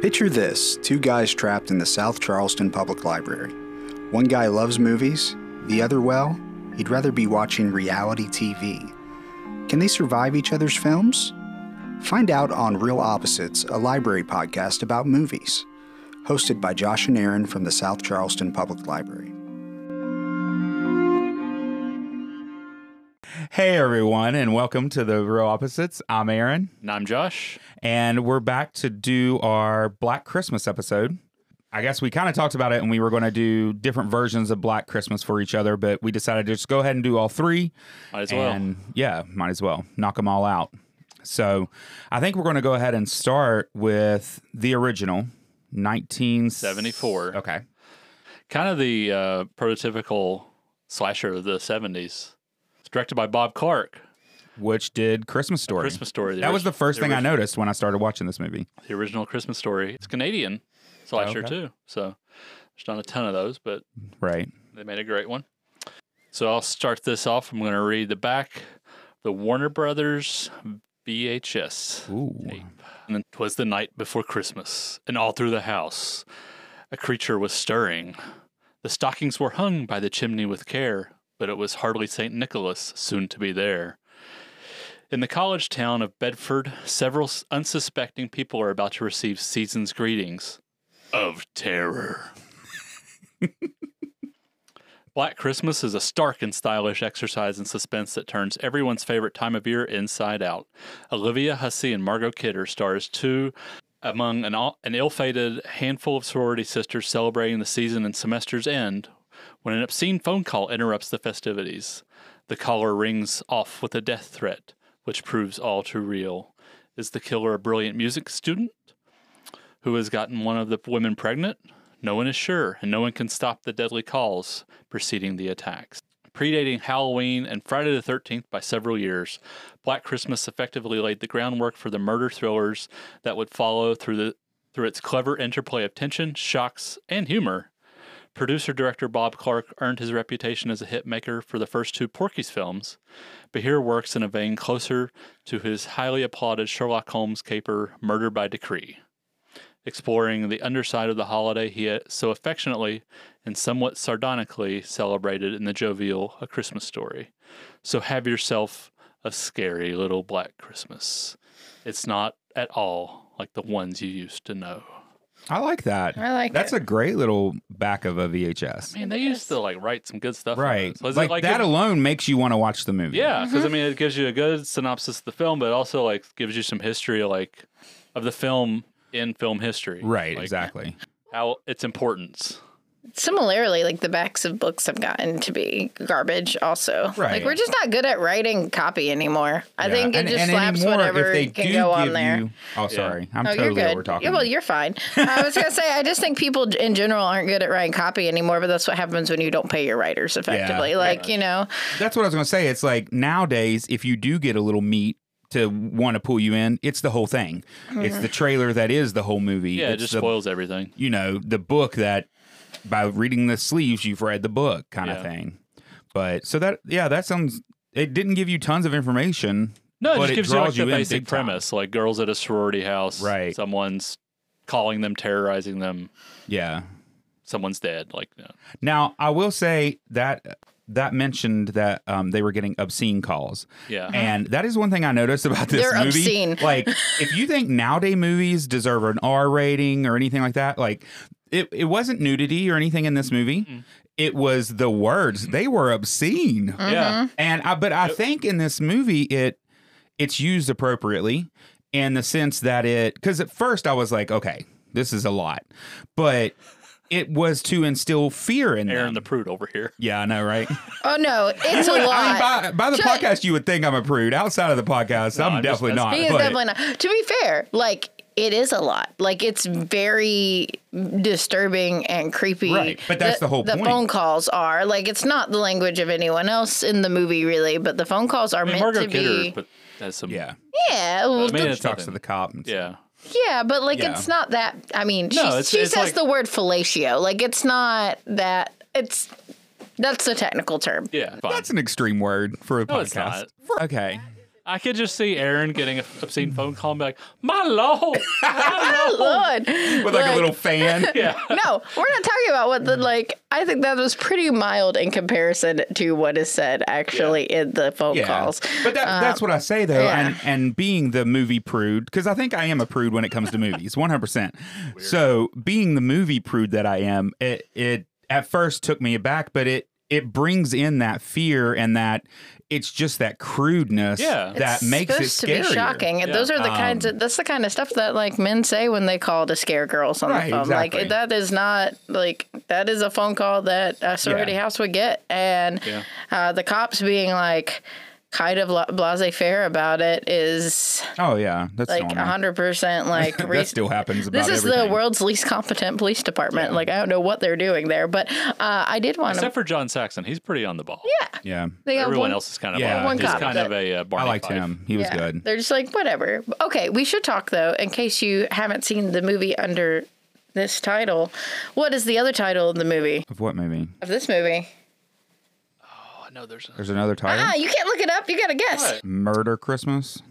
Picture this two guys trapped in the South Charleston Public Library. One guy loves movies, the other, well, he'd rather be watching reality TV. Can they survive each other's films? Find out on Real Opposites, a library podcast about movies, hosted by Josh and Aaron from the South Charleston Public Library. Hey everyone, and welcome to the Real Opposites. I'm Aaron, And I'm Josh. and we're back to do our Black Christmas episode. I guess we kind of talked about it, and we were going to do different versions of Black Christmas for each other, but we decided to just go ahead and do all three. Might as well. and yeah, might as well knock them all out. So I think we're going to go ahead and start with the original, 74. 1974. Okay, Kind of the uh, prototypical slasher of the 70s. It's directed by Bob Clark. which did Christmas Story. Christmas Story. that was the orig- first thing I original- noticed when I started watching this movie. The original Christmas Story. It's Canadian slasher, Okay. too. So there's not a ton of those, but Right. They made a great one. So I'll start this off. I'm going to read the back, the Warner Brothers VHS Ooh. tape. And it was the night before Christmas, and all through the house, a creature was stirring. The stockings were hung by the chimney with care, but it was hardly St. Nicholas soon to be there. In the college town of Bedford, several s- unsuspecting people are about to receive season's greetings of terror. Black Christmas is a stark and stylish exercise in suspense that turns everyone's favorite time of year inside out. Olivia Hussey and Margot Kidder stars two among an, all- an ill-fated handful of sorority sisters celebrating the season and semester's end when an obscene phone call interrupts the festivities. The caller rings off with a death threat, which proves all too real. Is the killer a brilliant music student? who has gotten one of the women pregnant? No one is sure, and no one can stop the deadly calls preceding the attacks. Predating Halloween and Friday the 13th by several years, Black Christmas effectively laid the groundwork for the murder thrillers that would follow through, the, through its clever interplay of tension, shocks, and humor. Producer director Bob Clark earned his reputation as a hit maker for the first two Porky's films, but here works in a vein closer to his highly applauded Sherlock Holmes caper, Murder by Decree exploring the underside of the holiday he had so affectionately and somewhat sardonically celebrated in the jovial A Christmas Story. So have yourself a scary little black Christmas. It's not at all like the ones you used to know. I like that. I like That's it. a great little back of a VHS. Man, they used to like write some good stuff. on Right. those. Was it like, that it- alone makes you want to watch the movie. yeah, because I mean, it gives you a good synopsis of the film, but it also like gives you some history, like of the film in film history. Right, Like, exactly. How its importance. Similarly, like the backs of books have gotten to be garbage. Also, Right. like we're just not good at writing copy anymore. I Yeah. think it And- just and slaps anymore, whatever can go on give there. you- oh, sorry. I'm oh, totally you're over good. talking. Yeah, well, you're fine. I was gonna say, I just think people in general aren't good at writing copy anymore. But that's what happens when you don't pay your writers effectively. like you know, That's what I was going to say. It's like nowadays, if you do get a little meat to want to pull you in, it's the whole thing. Mm-hmm. It's the trailer that is the whole movie. Yeah, it it's just the, spoils everything. you know, the book that by reading the sleeves, you've read the book kind Yeah. of thing. But so that, yeah, that sounds, it didn't give you tons of information. No, it but just gives you like draws the in basic big time. premise, like girls at a sorority house, Right. Someone's calling them, terrorizing them. Yeah. Someone's dead. Like, uh, you know. Now, I will say that that mentioned that um, they were getting obscene calls. yeah, And that is one thing I noticed about this They're movie. obscene. Like, if you think nowadays movies deserve an R rating or anything like that, like it, it wasn't nudity or anything in this movie. It was the words. They were obscene. Mm-hmm. yeah. And I but I think in this movie it it's used appropriately in the sense that it cuz at first I was like, okay, this is a lot. But it was to instill fear in Aaron them. the prude over here. yeah, I know, right? oh no, it's a lot. I mean, by, by the Shut- podcast, you would think I'm a prude. Outside of the podcast, I'm, I'm just definitely messing- not. He is but- definitely not. To be fair, like it is a lot. Like it's very disturbing and creepy. Right, but that's the whole the point. phone calls are like it's not the language of anyone else in the movie, really. But the phone calls are I mean, meant Margot to Kidder, be. but that's some. yeah, yeah, well, I mean, she talks it's to nothing. the cop. And yeah. yeah, but like Yeah. it's not that. I mean, she, it's- she it's says like- the word fellatio. Like it's not that. It's that's the technical term. Yeah, fine. That's an extreme word for a No, it's podcast. not. Okay. I could just see Aaron getting an obscene phone call and be like, my lord, my Oh, lord. Lord. with like a Look, little fan. Yeah. No, we're not talking about what Mm. the like. I think that was pretty mild in comparison to what is said actually in the phone calls. Uh, But that, that's what I say though, yeah. and and being the movie prude, because I think I am a prude when it comes to movies, one hundred percent. So being the movie prude that I am, it it at first took me aback, but it it brings in that fear and that it's just that crudeness Yeah. It's that makes it supposed to be scarier. Um, shocking. And Yeah. Those are the kinds of that's the kind of stuff that like men say when they call to scare girls on Right, the phone. exactly. Like that is not like that is a phone call that a sorority Yeah. house would get, and uh, the cops being like kind of blase faire about it is Oh yeah, that's like normal. hundred percent like that still happens. About This is everything. the world's least competent police department. Like I don't know what they're doing there, but uh, I did want to. Except for John Saxon. He's pretty on the ball. Yeah, they got Everyone one- else is kind of Yeah. yeah, One he's cop kind that- of a uh, Barney I liked Fife. him. He was Yeah. good. They're just like whatever. Okay, we should talk though, in case you haven't seen the movie under this title. What is the other title of the movie Of what movie? of this movie? Oh, no, there's There's another title. Ah, you can't look it up. You gotta guess. What? Murder Christmas.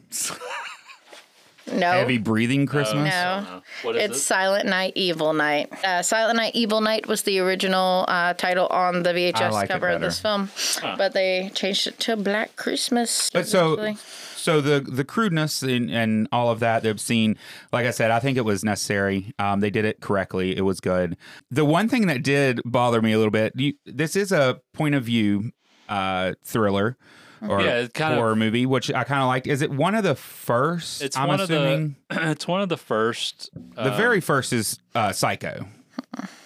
No, Heavy Uh, breathing Christmas. no. What is It's Silent Night, Evil Night. Uh, Silent Night, Evil Night was the original uh, title on the VHS like it cover of better. this film, but they changed it to Black Christmas. But so, eventually. so the the crudeness and, and all of that, the obscene. Like I said, I think it was necessary. Um, they did it correctly. It was good. The one thing that did bother me a little bit. You, this is a point of view uh, thriller or Yeah, it kind of- horror movie, which I kind of liked. Is it one of the first? It's I'm one assuming of the. It's one of the first. the, very first is uh, Psycho.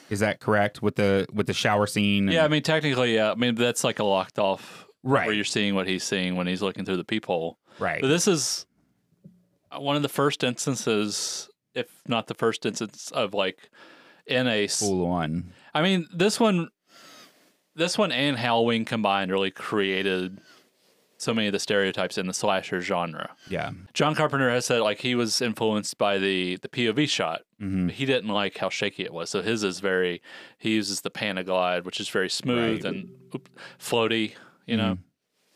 Is that correct with the with the shower scene? and- Yeah, I mean, technically, yeah. I mean, that's like a locked off. Right. Where you're seeing what he's seeing when he's looking through the peephole. right. But this is uh, one of the first instances, if not the first instance, of like in a. s- Full on. I mean, this one, this one and Halloween combined really created so many of the stereotypes in the slasher genre. Yeah. John Carpenter has said like he was influenced by the the POV shot. Mm-hmm. mm He didn't like how shaky it was, so his is very. He uses the Panaglide, which is very smooth and oop, floaty. You know,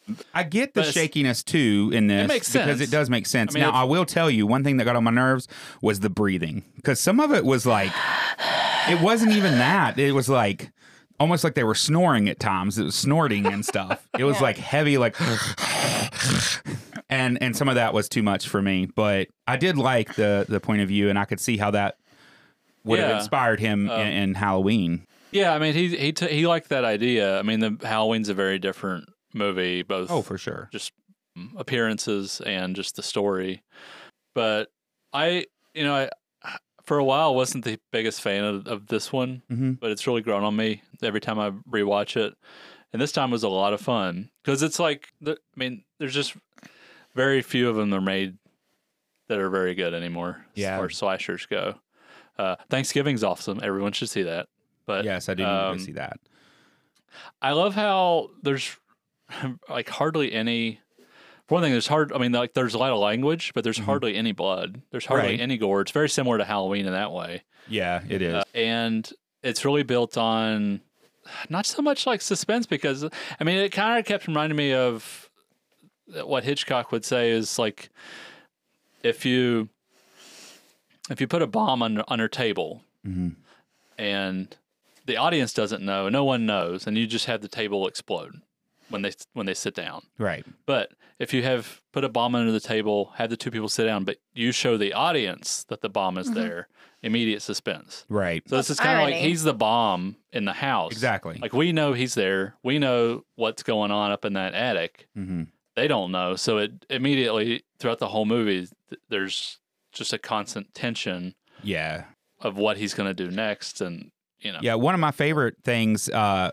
Mm-hmm. I get the But it's- shakiness too in this. makes Because sense. it does make sense. I mean, now, if- I will tell you one thing that got on my nerves was the breathing. Because some of it was like, it wasn't even that. It was like, almost like they were snoring at times. It was snorting and stuff. It was like heavy, like, and and some of that was too much for me. But I did like the the point of view, and I could see how that would have Yeah. Um, inspired him in, in Halloween. yeah. I mean, he he t- he liked that idea. I mean, the Halloween's a very different movie, both Oh, for sure. just appearances and just the story. But I, you know, I for a while wasn't the biggest fan of, of this one, Mhm. but it's really grown on me every time I rewatch it. And this time was a lot of fun because it's like, the, I mean, there's just very few of them that are made that are very good anymore Yeah. as far as slashers go. Uh, Thanksgiving's awesome. Everyone should see that. But Yes, I did um, see that. I love how there's like hardly any. For one thing, there's hard. I mean, like there's a lot of language, but there's hardly any blood. There's hardly Mm-hmm. Right. any gore. It's very similar to Halloween in that way, Yeah, it is. Uh, and it's really built on not so much like suspense because I mean, it kind of kept reminding me of what Hitchcock would say is like if you if you put a bomb on on her table Mm-hmm. and the audience doesn't know, no one knows, and you just have the table explode when they when they sit down. right. But if you have put a bomb under the table, have the two people sit down, but you show the audience that the bomb is there, immediate suspense. Right. So this is kind of like Irony. he's the bomb in the house. Exactly. Like we know he's there. We know what's going on up in that attic. hmm They don't know. So it immediately throughout the whole movie, th- there's just a constant tension Yeah. of what he's going to do next, and you know, Yeah, one of my favorite things, uh,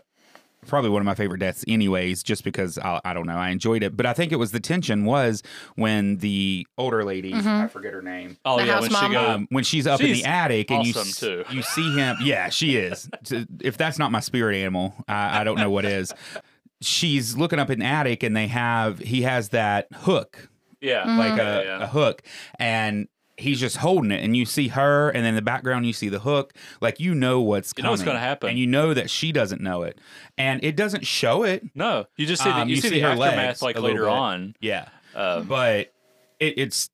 probably one of my favorite deaths, anyways, just because I, I don't know, I enjoyed it. But I think it was the tension was when the older lady, I forget her name, oh The yeah, house when mom. she goes, um, when she's up in She's the attic and you awesome, s- too. you see him. Yeah, she is. T- if that's not my spirit animal, I, I don't know what is. She's looking up in the attic and they have he has that hook yeah, Mm-hmm. like a, yeah. a hook and he's just holding it and you see her and in the background you see the hook like you know what's You coming know what's gonna happen. and you know that she doesn't know it and it doesn't show it No, you just see the, Um, you, see, the her aftermath legs like a little later bit. on, yeah Um, but it, it's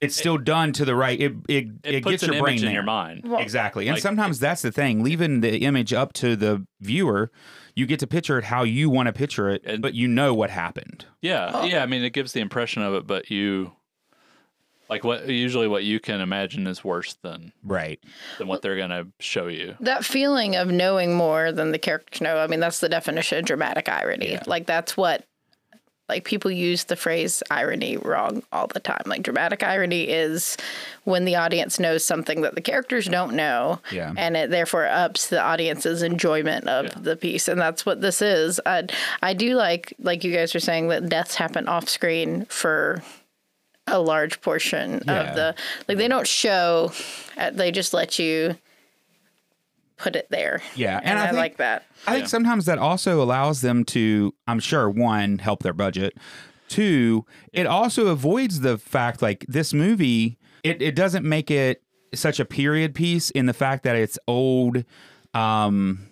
it's still done to the right. It it, it, it, gets puts your an brain image there. in your mind. Well, Exactly. And Like- sometimes that's the thing. Leaving the image up to the viewer, you get to picture it how you want to picture it, And- but you know what happened. Yeah, Oh. yeah. I mean, it gives the impression of it, but you like what usually what you can imagine is worse than Right. than what they're gonna show you. that feeling of knowing more than the characters know. I mean, that's the definition of dramatic irony. Like that's what like people use the phrase irony wrong all the time. Like dramatic irony is when the audience knows something that the characters don't know. Yeah. And it therefore ups the audience's enjoyment of the piece. And that's what this is. I, I do like like you guys were saying that deaths happen off screen for a large portion Yeah. of the like they don't show uh, they just let you put it there. Yeah. And, And, I, think, like that. I think sometimes that also allows them to, I'm sure, one, help their budget. Two, it also avoids the fact like this movie, it, it doesn't make it such a period piece in the fact that it's old um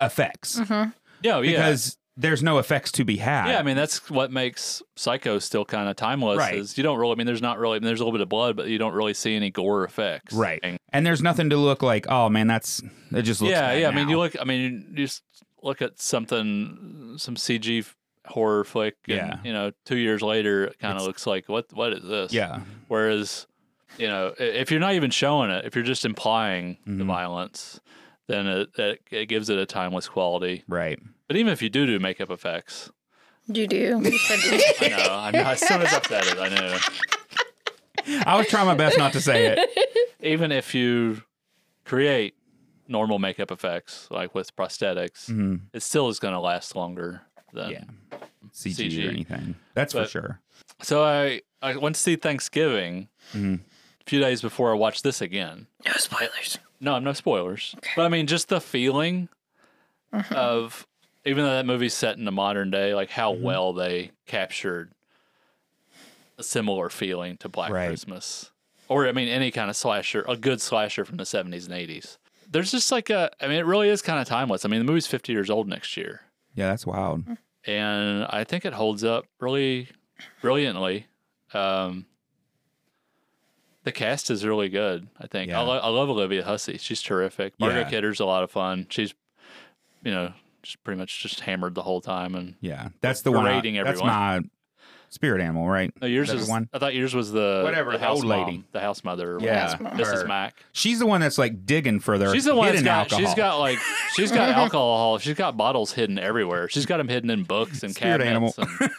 effects. Mm-hmm. Yeah, yeah. Because there's no effects to be had. Yeah, I mean that's what makes Psycho still kind of timeless. Right. Is you don't really. I mean, there's not really. I mean, there's a little bit of blood, but you don't really see any gore effects. Right. And- And there's nothing to look like, oh man, that's it just looks yeah, bad yeah. I mean, now. you look. I mean, you just look at something, some CG f- horror flick. And, Yeah. You know, two years later, it kind of looks like what? What is this? Yeah. Whereas, you know, i- if you're not even showing it, if you're just implying Mm-hmm. the violence, then it, it it gives it a timeless quality. Right. But even if you do do makeup effects, You do. You said I you know. I know. As soon as I said it, I knew. I was trying my best not to say it. even if you create normal makeup effects like with prosthetics it still is going to last longer than Yeah. CG, CG. or anything. That's for But- sure. so i i went to see thanksgiving a few days before i watched this again no spoilers. no no spoilers but i mean just the feeling of even though that movie's set in the modern day like how well they captured a similar feeling to black Right. christmas or i mean any kind of slasher a good slasher from the 70s and 80s there's just like a i mean it really is kind of timeless i mean the movie's 50 years old next year Yeah, that's wild. and i think it holds up really brilliantly um the cast is really good. I think Yeah. I, lo- I love Olivia Hussey. She's terrific. Margaret Yeah. Kidder's a lot of fun. She's, you know, just pretty much just hammered the whole time. And Yeah. That's the one. I- Berating that's everyone. my spirit animal, right? no, yours That's is. the one. I thought yours was the Whatever, the the house old mom, lady. the house mother. or Yeah. whatever. Mrs. her. Mac. She's the one that's like digging for their She's the one that's hidden got. alcohol. She's got like. She's got alcohol. She's got bottles hidden everywhere. She's got them hidden in books and Spirit cabinets. and-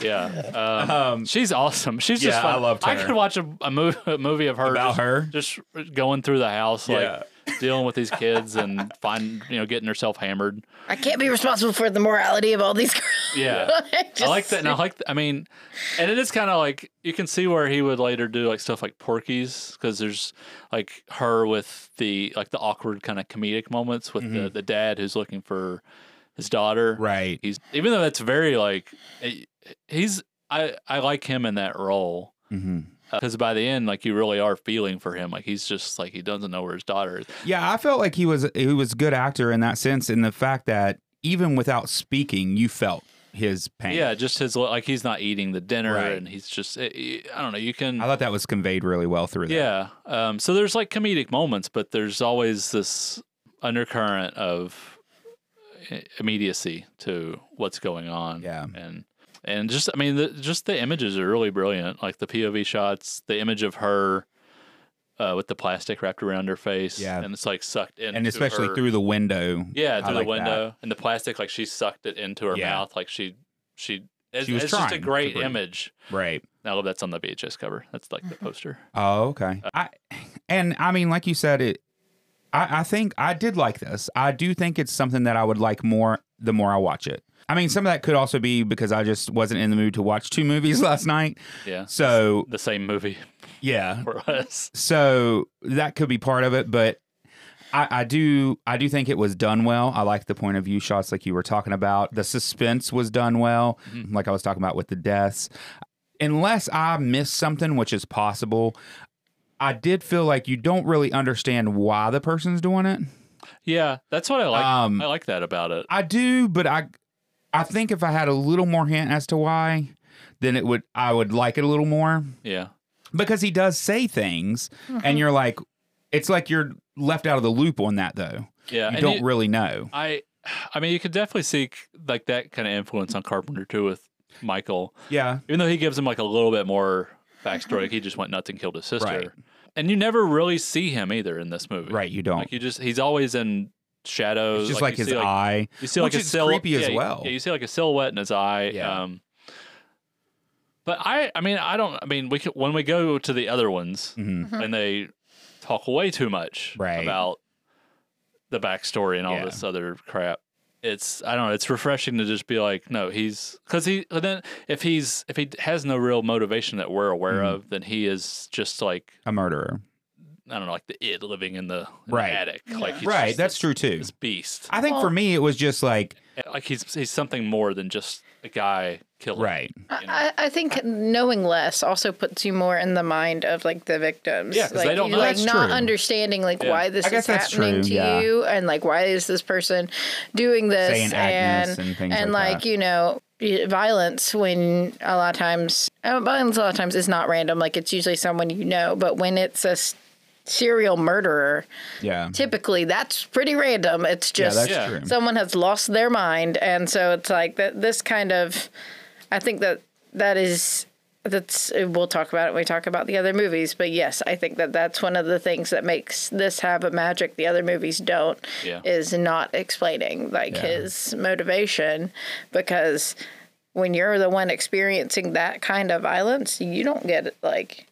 yeah. Um, she's awesome. She's just. yeah, Fun. I loved I her. could watch a, a, movie, a movie of her About just, her? just going through the house, like Yeah. dealing with these kids and find you know getting herself hammered. I can't be responsible for the morality of all these girls. Yeah. Just- I like that. And I like, th- I mean, and it is kind of like you can see where he would later do like stuff like Porky's because there's like her with the like the awkward kind of comedic moments with the, the dad who's looking for his daughter. Mm-hmm. right. He's even though that's very like he- he's I I like him in that role hmm because by the end like you really are feeling for him like he's just like he doesn't know where his daughter is. Yeah, I felt like he was he was a good actor in that sense, in the fact that even without speaking, you felt his pain. Yeah, just his like he's not eating the dinner Right. and he's just it, it- I don't know you can I thought that was conveyed really well through that. Yeah. Um, so there's like comedic moments, but there's always this undercurrent of i- immediacy to what's going on. Yeah. And and just I mean, the, just the images are really brilliant. Like the POV shots, the image of her uh, with the plastic wrapped around her face. Yeah. And it's like sucked in. and especially through the window. yeah I through like the that. window and the plastic like she sucked it into her Yeah. mouth like she she. It's, She was it's just a trying to great breathe. image. Right. I love that's on the VHS cover. That's like the poster. Oh, okay. I and I mean, like you said, it. I, I think I did like this. I do think it's something that I would like more the more I watch it. I mean, some of that could also be because I just wasn't in the mood to watch two movies last night. Yeah. So The same movie yeah, for us. so that could be part of it, but I, I do I do think it was done well. I like the point of view shots like you were talking about. The suspense was done well, like I was talking about with the deaths. Unless I missed something, which is possible, I did feel like you don't really understand why the person's doing it. Yeah, that's what I like. Um, I like that about it. I do, but I I think if I had a little more hint as to why, then it would I would like it a little more Yeah. because he does say things, Mm-hmm. and you're like, it's like you're left out of the loop on that though. Yeah. you and don't really know. I, I mean, you could definitely see like that kind of influence on Carpenter too with Michael. Yeah, even though he gives him like a little bit more backstory, like he just went nuts and killed his sister. Right. And you never really see him either in this movie, right. You don't. Like you just he's always in shadows, it's just you like, his see, eye. You see which like a is silhouette, creepy as well. Yeah, you see like a silhouette in his eye. Yeah. Um, but I, I mean, I don't. I mean, we could, when we go to the other ones Mm-hmm. Mhm. and they talk way too much Right. about the backstory and all Yeah. this other crap. It's I don't know. It's refreshing to just be like, no, he's because he but then if he's if he has no real motivation that we're aware Mhm. of, then he is just like A murderer. I don't know, like the id living in the, in the Right. attic, like he's Right. just That's this- true too. This beast, I think for me it was just like like he's he's something more than just a guy killing. right. you know? I, I think knowing less also puts you more in the mind of like the victims. Yeah, 'cause like, they don't you know. like That's not true. understanding like Yeah. why this I guess is that's happening true, to yeah. you and like why is this person doing this Saying Agnes and things and like like, that. you know y- violence when a lot of times uh, violence a lot of times is not random like it's usually someone you know but when it's a s- serial murderer Yeah. typically that's pretty random it's Yeah, just that's Yeah. true. someone has lost their mind and so it's like that this kind of i think that that is that's we'll talk about it when we talk about the other movies but yes i think that that's one of the things that makes this have a magic the other movies don't Yeah. is not explaining like his motivation because when you're the one experiencing that kind of violence you don't get it like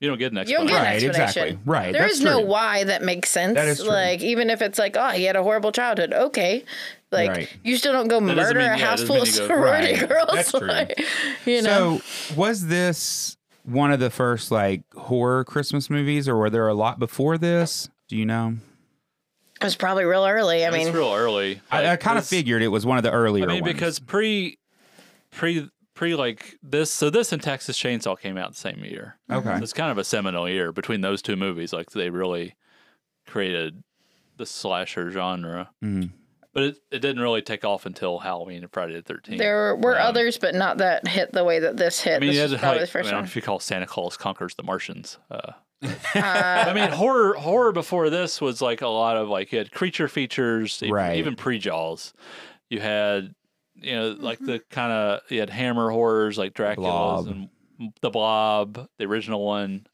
You don't get an you don't explanation. get Right, an explanation. exactly. Right, There that's is no true. why that makes sense. That is true. Like even if it's like, oh, he had a horrible childhood. Okay. Like Right. you still don't go doesn't murder mean- a yeah, house doesn't full of mean you go- sorority Right, girls. that's true. Like, you know. So was this one of the first like horror Christmas movies, or were there a lot before this? Do you know? it was probably real early. I mean, it's real early. I, I Like, kind of this- figured it was one of the earlier I mean, ones. because pre, pre, pre, like this. So this and Texas Chainsaw came out the same year. okay, So it's kind of a seminal year between those two movies. Like they really created the slasher genre. Mhm. But it, it didn't really take off until Halloween and Friday the Thirteenth. there were Right. others, but not that hit the way that this hit. I mean, this yeah, was like, probably the I first mean, I don't know one. if you call Santa Claus conquers the Martians. Uh, Uh, I mean, horror horror before this was like a lot of like you had creature features, even, Right. even pre Jaws. You had you know like the kind of you had Hammer horrors like Dracula's Blob. and the Blob, the original one,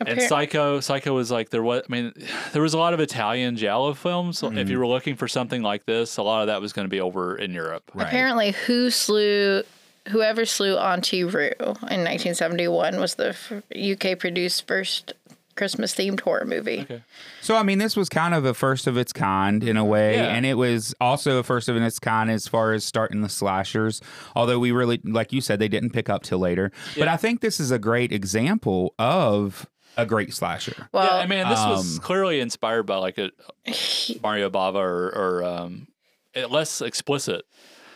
and Appar- Psycho. Psycho was like there was. I mean, there was a lot of Italian giallo films. If Mm-hmm. you were looking for something like this, a lot of that was going to be over in Europe. right. Apparently, who slew, whoever slew Auntie Rue in 1971 was the UK produced first Christmas themed horror movie. So I mean, this was kind of a first of its kind in a way, Yeah. and it was also a first of its kind as far as starting the slashers. Although we really, like you said, they didn't pick up till later. But Yeah. I think this is a great example of a great slasher. Well, yeah, I mean, this was um, clearly inspired by like a Mario Bava or, or um, it- less explicit.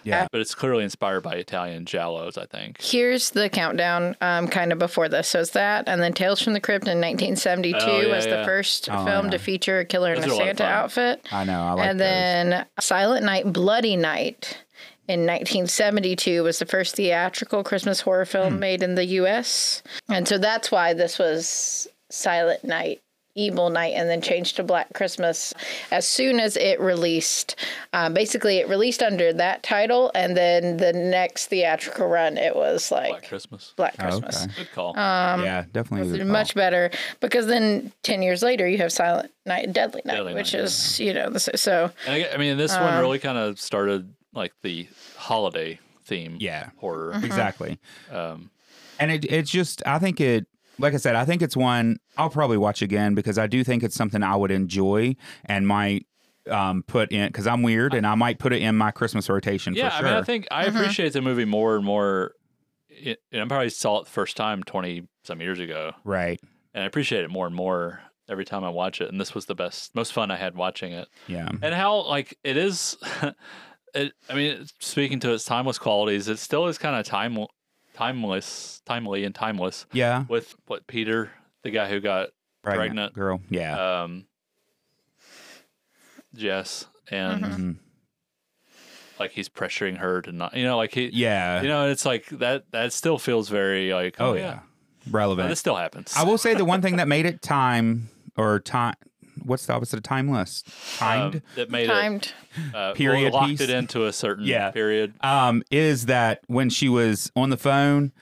Yeah. but it's clearly inspired by Italian giallos, I think. Here's the countdown, um, kind of before this. So it's that, and then Tales from the Crypt in 1972 Oh, yeah, was yeah. the first Oh, film yeah. to feature a killer in Those are a a lot of Santa fun. outfit. I know. I like and those. then Silent Night, Bloody Night in 1972 was the first theatrical Christmas horror film made in the U.S. And so that's why this was Silent Night. Evil Night and then changed to Black Christmas as soon as it released. Um, basically, it released under that title, and then the next theatrical run, it was like Uh, Black Christmas. Black Oh, Christmas okay. Good call. yeah, definitely. a good call. much better because then 10 years later you have silent night deadly night Deadly which Night, is you know the, so and I, gue- I mean, this uh, one really kind of started like the holiday theme. Yeah. horror. exactly. Mm-hmm. Um, and it it's just I think it like I said I think it's one I'll probably watch again because I do think it's something I would enjoy and might um put in because I'm weird and I might put it in my Christmas rotation yeah, for I sure. mean, I think Mm-hmm. I appreciate the movie more and more. It, and I probably saw it the first time twenty some years ago, right. and I appreciate it more and more every time I watch it. And this was the best, most fun I had watching it. Yeah. and how like it is it, i mean speaking to its timeless qualities it still is kind of time timeless timely and timeless Yeah. with what peter the guy who got Pregnant. girl. Yeah. Uh, Mm-hmm. um jess and Mhm. like he's pressuring her to not, you know, like he, Yeah. you know, it's like that. That still feels very like, oh yeah. Relevant. this still happens. I will say the one thing that made it time or time. What's the opposite of timeless? Timed. um, that made timed. it uh, period locked piece. it into a certain Yeah. period. um, is that when she was on the phone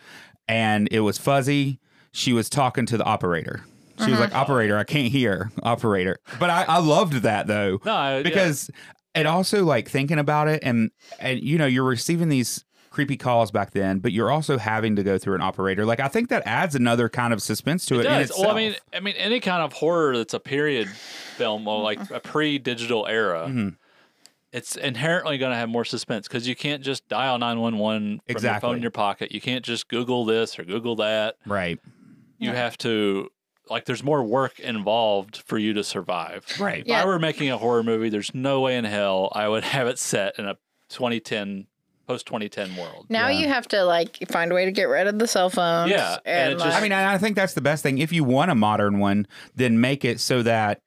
and it was fuzzy, she was talking to the operator. She was like, "Operator, I can't hear, operator." But I, I loved that though No, I- yeah. because it also like thinking about it and and you know you're receiving these creepy calls back then, but you're also having to go through an operator. Like I think that adds another kind of suspense to it. in does. itself. Well, I mean, I mean, any kind of horror that's a period film or like a pre-digital era, Mm-hmm. it's inherently going to have more suspense because you can't just dial nine one one from your phone Exactly. in your pocket. You can't just Google this or Google that. right, You have to like, there's more work involved for you to survive. right, If Yeah. I were making a horror movie, there's no way in hell I would have it set in a 2010 post 2010 world. Now you have to like find a way to get rid of the cell phones. Yeah, and and, it like, just- I mean, and I think that's the best thing. If you want a modern one, then make it so that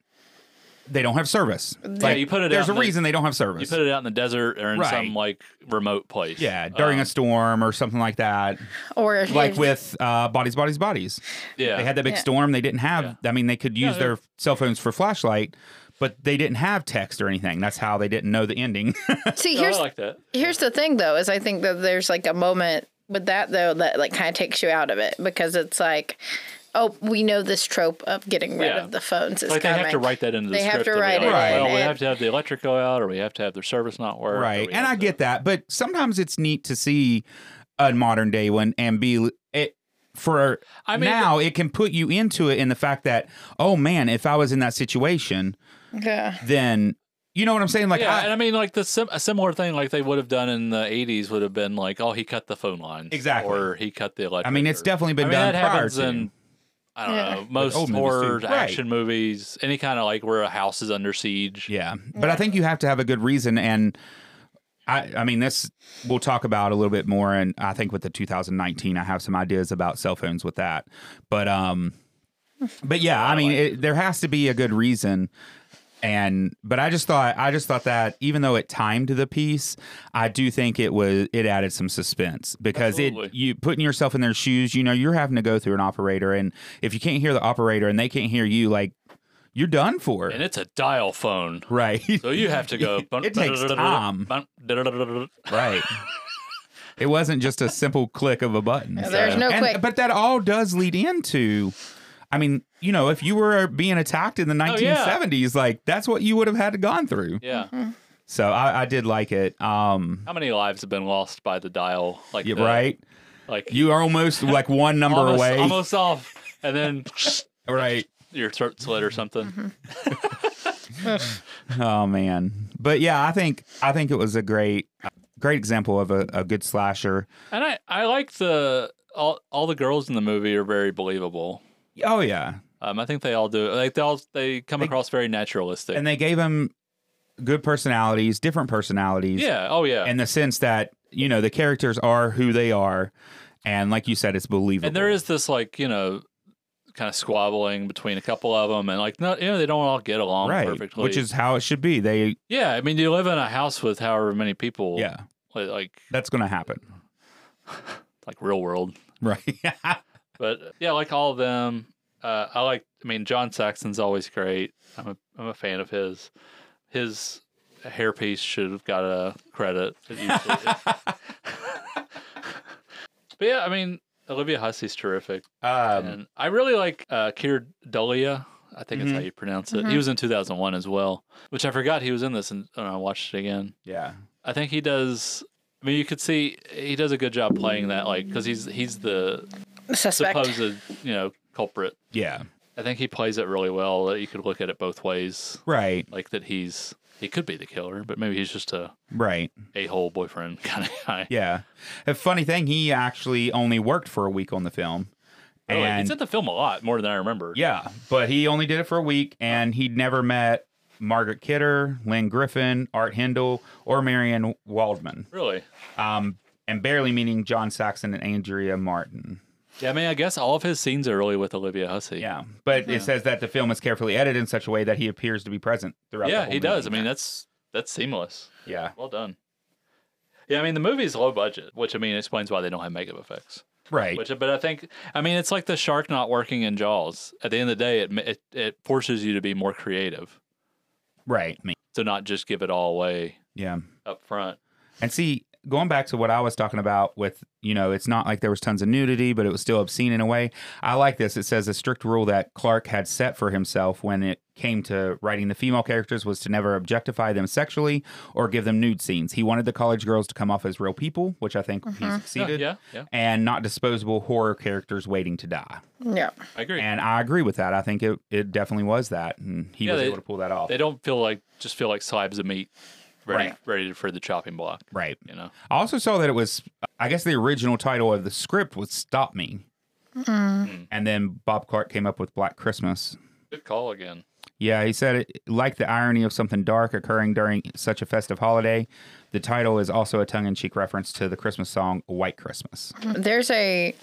they don't have service. Like, you put it out There's a in the- reason they don't have service. You put it out in the desert or in Right. some like remote place. Uh, yeah, during a storm or something like that. or if Like you've- with uh, bodies, bodies, bodies. Yeah. They had that big Yeah. storm. They didn't have. I mean, they could use yeah. their cell phones for flashlight, but they didn't have text or anything. That's how they didn't know the ending. see No, here's I oh, like that. here's the thing though is I think that there's like a moment with that though that like kind of takes you out of it because it's like oh we know this trope of getting rid Yeah. of the phones is Like they coming. have to write that into the They have script. to every write it hour. Right. in, Well, we and- have to have the electric go out, or we have to have their service not work. or right. we And have I to- get that, but sometimes it's neat to see a modern day one and be it for I mean- now it can put you into it in the fact that oh man, if I was in that situation, yeah then you know what I'm saying? Like yeah, I, and I mean, like the sim- a similar thing, like they would have done in the '80s, would have been like, "Oh, he cut the phone lines, Exactly. or he cut the electric." I mean, it's or- definitely been I mean, done that prior happens to. in I don't Yeah. know most old movies, too. horror Right. action movies, any kind of like where a house is under siege. Yeah. But I think you have to have a good reason and I I mean this we'll talk about a little bit more and I think with the 2019 I have some ideas about cell phones with that. But um but yeah, I mean it, there has to be a good reason and but I just thought I just thought that even though it timed the piece, I do think it was it added some suspense because it Absolutely. you putting yourself in their shoes, you know, you're having to go through an operator and if you can't hear the operator and they can't hear you like you're done for. and it's a dial phone, right. so you have to go. It takes time. Right. it wasn't just a simple click of a button. Yeah, there's no And- quick- But that all does lead into. I mean, you know, if you were being attacked in the yeah. 1970s, like that's what you would have had to gone through. Yeah, So I, I did like it. Um, how many lives have been lost by the dial? Like yeah, the- right? like You are almost like one number Uh, almost, away. almost off, and then Right. your throat slit or something. Oh man. But yeah, I think I think it was a great great example of a, a good slasher. And I, I like the all, all the girls in the movie are very believable. Oh yeah. Um, I think they all do. Like they all they come across very naturalistic. And they gave him good personalities, different personalities. yeah. Oh yeah. in the sense that you know the characters are who they are, and like you said, it's believable. and there is this like you know kind of squabbling between a couple of them and like no you know they don't all get along right, perfectly which is how it should be. They yeah i mean you live in a house with however many people yeah, like like, that's going to happen. like real world Right. but uh, yeah I like all of them uh, i like i mean john saxon's always great i'm a, I'm a fan of his his hairpiece should have got a credit It usually is. but yeah i mean olivia hussey's terrific um, and I really like uh, Keir Dullea. I think that's how you pronounce it. He was in 2001 as well, which I forgot he was in this and, and I watched it again. yeah. I think he does. I mean, you could see he does a good job playing that, like, because he's he's the suspect supposed you know culprit. Yeah. I think he plays it really well. that You could look at it both ways, Right. like that he's he could be the killer, but maybe he's just a Right. a hole boyfriend kind of guy. Yeah. A funny thing, he actually only worked for a week on the film, Really, and he's in the film a lot more than I remember. yeah, but he only did it for a week, and he'd never met Margaret Kidder, Lynn Griffin, Art Hindle, or Marion Waldman. really. um, and barely meaning John Saxon and Andrea Martin. Yeah, I mean, I guess all of his scenes are really with Olivia Hussey. Yeah, but it says that the film is carefully edited in such a way that he appears to be present throughout. the yeah whole he does i movie. mean that's that's seamless yeah, well done Yeah, I mean the movie's low budget, which I mean explains why they don't have makeup effects. Right. Which, but I think, I mean, it's like the shark not working in Jaws. At the end of the day, it ma- it, it forces you to be more creative, right. Me. to not just give it all away Yeah. up front. And see, going back to what I was talking about with, you know, it's not like there was tons of nudity, but it was still obscene in a way. I like this. It says a strict rule that Clark had set for himself when it came to writing the female characters was to never objectify them sexually or give them nude scenes. He wanted the college girls to come off as real people, which I think he Yeah, succeeded. Mm-hmm. yeah, yeah, And not disposable horror characters waiting to die. Yeah. I agree. And I agree with that. I think it, it definitely was that. And he Yeah, was they- able to pull that off. they don't feel like just feel like slabs of meat, ready Right. ready for the chopping block. right. You know, I also saw that it was, I guess the original title of the script was Stop Me. Mm-hmm. Hmm. And then Bob Clark came up with Black Christmas. good call again. Yeah, he said, it, like the irony of something dark occurring during such a festive holiday, the title is also a tongue in cheek reference to the Christmas song White Christmas. There's a.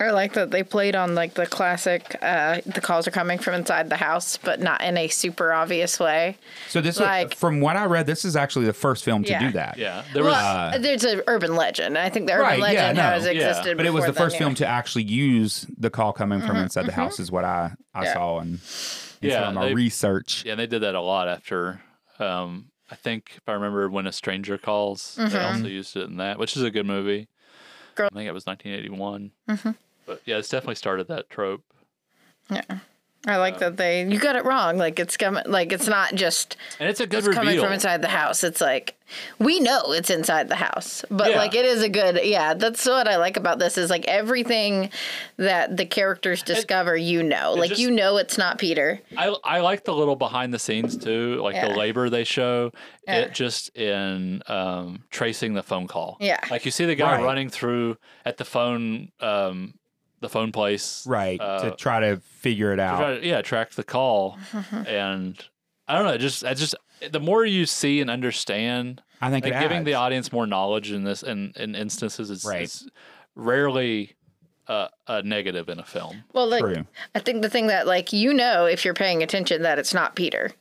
I like that they played on like the classic. Uh, the calls are coming from inside the house, but not in a super obvious way. So, this, Like- from what I read, this is actually the first film to Yeah. do that. Yeah, there was. well, uh, there's an urban legend. I think the urban Right, yeah, legend no, has yeah. existed. But it was before the then, first yeah. Mm-hmm, film to actually use the call coming from inside the house, is what I, I Yeah. saw and Yeah, from my they- research. yeah, they did that a lot after. Um, I think if I remember, when a stranger calls, they also used it in that, which is a good movie. Mm-hmm. Girl- Mm-hmm. I think it was 1981. But yeah, it's definitely started that trope. I like that they. You got it wrong. Like it's coming. Like it's not just And it's a good it's reveal. coming from inside the house. It's like we know it's inside the house, but Yeah. like it is a good. Yeah, that's what I like about this is like everything that the characters discover. you know, like just- you know it's not Peter. I, I like the little behind the scenes too, like Yeah. the labor they show. Yeah. It just in um, tracing the phone call. Yeah. like you see the guy Right. running through at the phone, um, the phone place. Right. uh, to try to figure it out. try to- yeah, track the call, Mm-hmm. and I don't know. it Just I just the more you see and understand, I think like it giving the adds. audience more knowledge in this in, in instances is, Right. is rarely uh, a negative in a film. Well, like True. I think the thing that like you know if you're paying attention that it's not Peter.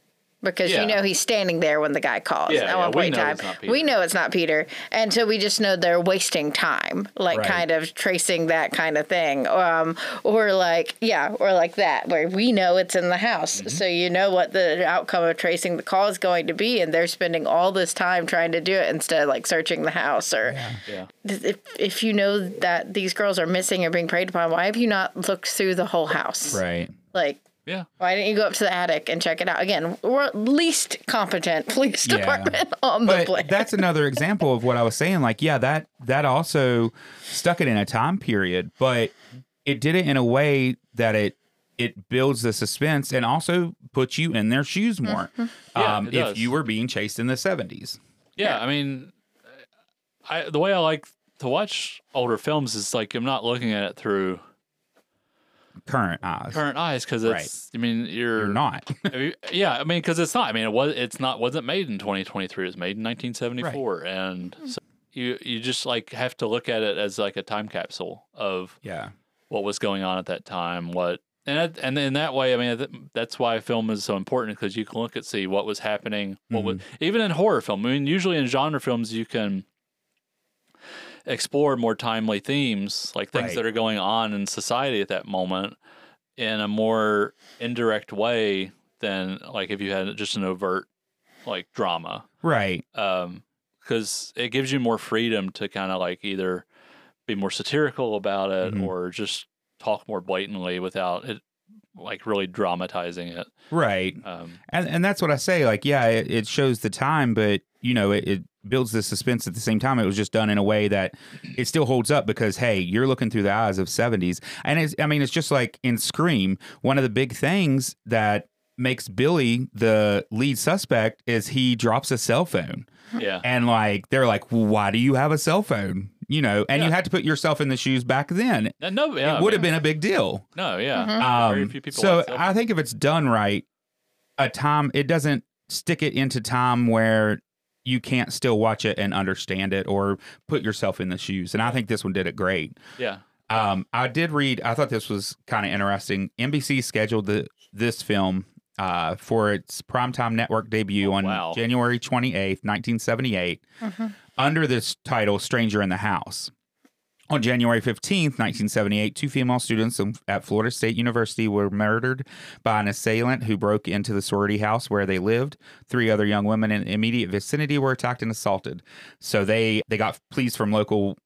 Because Yeah. you know he's standing there when the guy calls Yeah, at yeah, one we point in know time. it's not We Peter. know it's not Peter. And so we just know they're wasting time, like Right. kind of tracing that kind of thing. Um, or like, yeah, or like that, where we know it's in the house. Mm-hmm. So you know what the outcome of tracing the call is going to be. And they're spending all this time trying to do it instead of like searching the house or Yeah, if if you know that these girls are missing or being preyed upon, why have you not looked through the whole house? Right. Like, yeah. why didn't you go up to the attic and check it out? Again, we're least competent police Yeah. department on the But planet. that's another example of what I was saying. Like, yeah, that that also stuck it in a time period, but it did it in a way that it it builds the suspense and also puts you in their shoes more. Mm-hmm. Yeah, um, it if does. you were being chased in the seventies, Yeah, I mean, I the way I like to watch older films is like I'm not looking at it through current eyes, current eyes because it's. I mean, you're, you're not. I mean, Yeah, I mean, because it's not. I mean, it was. It's not. Wasn't made in 2023. It was made in 1974, and so you you just like have to look at it as like a time capsule of yeah. what was going on at that time. What and that, and in that way, I mean, th- that's why film is so important because you can look at see what was happening. What was even in horror film. I mean, usually in genre films, you can explore more timely themes, like things Right. that are going on in society at that moment, in a more indirect way than like if you had just an overt like drama Right. um because it gives you more freedom to kind of like either be more satirical about it Mhm. or just talk more blatantly without it like really dramatizing it Right. um And and that's what I say. Like, yeah, it, it shows the time, but you know, it, it builds the suspense at the same time. It was just done in a way that it still holds up because hey, you're looking through the eyes of seventies. And it's I mean, it's just like in Scream, one of the big things that makes Billy the lead suspect is he drops a cell phone. yeah And like they're like, well, why do you have a cell phone? You know, and you Yeah. had to put yourself in the shoes back then. And no yeah, it would have been a big deal. been no yeah Um, Very few people so like self- I think if it's done right, a time it doesn't stick it into time where you can't still watch it and understand it or put yourself in the shoes. And I think this one did it great. yeah Um, I did read. I thought this was kind of interesting. NBC scheduled the, this film uh, for its primetime network debut Oh, on wow. January 28th, 1978, under this title Stranger in the House. On January 15th, 1978, two female students in- at Florida State University were murdered by an assailant who broke into the sorority house where they lived. Three other young women in the immediate vicinity were attacked and assaulted. So they they got pleas from local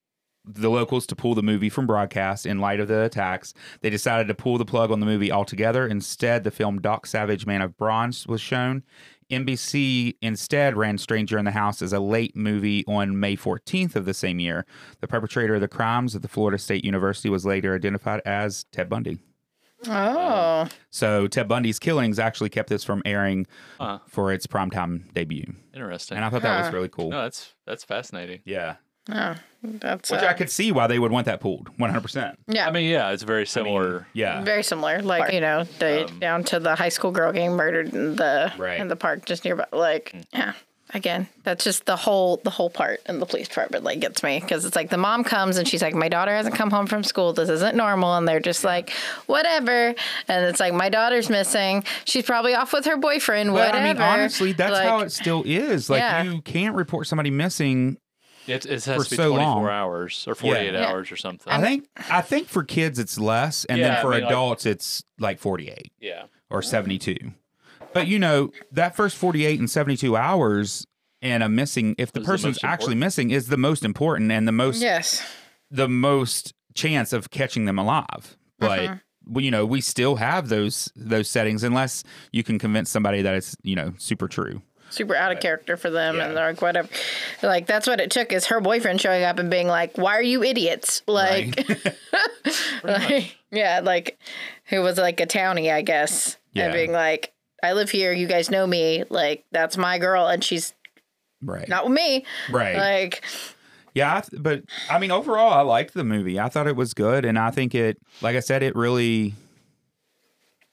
the locals to pull the movie from broadcast in light of the attacks. They decided to pull the plug on the movie altogether. Instead, the film Doc Savage Man of Bronze was shown. NBC instead ran Stranger in the House as a late movie on May 14th of the same year. The perpetrator of the crimes at the Florida State University was later identified as Ted Bundy. Oh, So Ted Bundy's killings actually kept this from airing Huh. for its primetime debut. Interesting. And I thought that was Huh. really cool. no, that's that's fascinating. Yeah. oh that's Which uh, I could see why they would want that pulled 100%. yeah, I mean, yeah, it's very similar. Yeah. very similar. Like you know, they, down to the high school girl getting murdered in the Um, Right. Mm. in the park just nearby. Like yeah. Again, that's just the whole the whole part in the police department like gets me because it's like the mom comes and she's like, my daughter hasn't come home from school. This isn't normal, and they're just like, whatever. And it's like my daughter's missing. She's probably off with her boyfriend. But whatever. I mean, honestly, that's Like, how it still is. Like, Yeah. you can't report somebody missing. It, it has For to be so 24 long. hours or 48 Yeah. hours or something. I think I think for kids it's less, and Yeah, then I for mean, like- adults it's like forty eight yeah. or seventy two. But you know that first forty eight and seventy two hours and a missing if the Is the person's most actually missing is the most important and the most Yes. the most chance of catching them alive. But well, you know we still have those those settings unless you can convince somebody that it's you know super true. super out of character for them and they're like whatever like that's what it took is her boyfriend showing up and being like why are you idiots like, like, yeah like who was like a townie i guess Yeah. and being like i live here you guys know me like that's my girl and she's Right. not with me right. like Yeah, I th- but I mean, overall, I liked the movie. I thought it was good, and I think it, like I said, it really.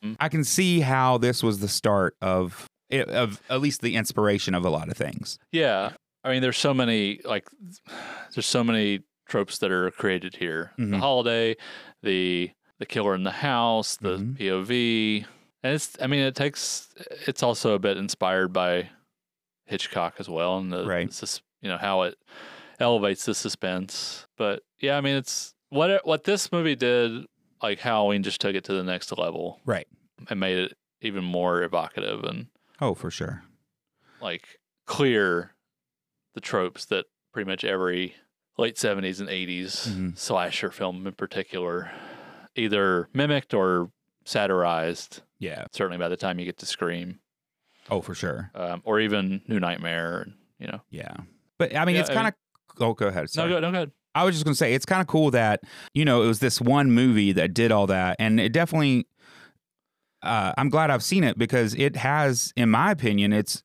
Mm. I can see how this was the start of it, of at least the inspiration of a lot of things. Yeah. I mean, there's so many like there's so many tropes that are created here. The Mhm. holiday, the the killer in the house, the Mhm. POV. And it's I mean, it takes it's also a bit inspired by Hitchcock as well and the Right. sus- you know how it elevates the suspense. But yeah, I mean, it's what it, what this movie did like Halloween just took it to the next level Right. and made it even more evocative and Oh, for sure. like clear the tropes that pretty much every late 70s and 80s Mhm. slasher film in particular either mimicked or satirized Yeah. certainly by the time you get to scream Oh, for sure. um, or even new nightmare and you know Yeah. But I mean, Yeah, it's I kind of. Oh, go ahead. no Sorry. go, no go ahead I was just gonna say it's kind of cool that you know it was this one movie that did all that, and it definitely. Uh, I'm glad I've seen it because it has, in my opinion, it's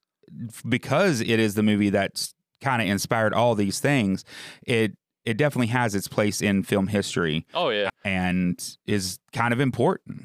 because it is the movie that's kind of inspired all these things. It it definitely has its place in film history oh yeah and is kind of important.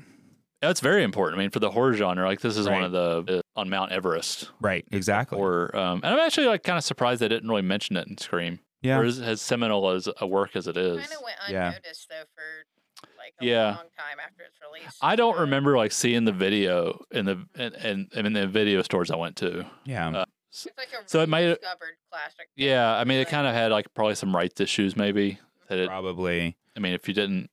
that's very important i mean for the horror genre like this is one Right. of the uh, on mount everest Right. Exactly. or um, and i'm actually like kind of surprised they didn't really mention it in scream yeah. or as, as seminal as a work as it is went Yeah. though for like a Yeah. time after its release I don't remember like seeing the video in the and in, in, the video stores I went to. yeah. uh, it's like a So it might- discovered classic Yeah, I mean it kind of had like probably some rights issues maybe that it. probably. I mean if you didn't,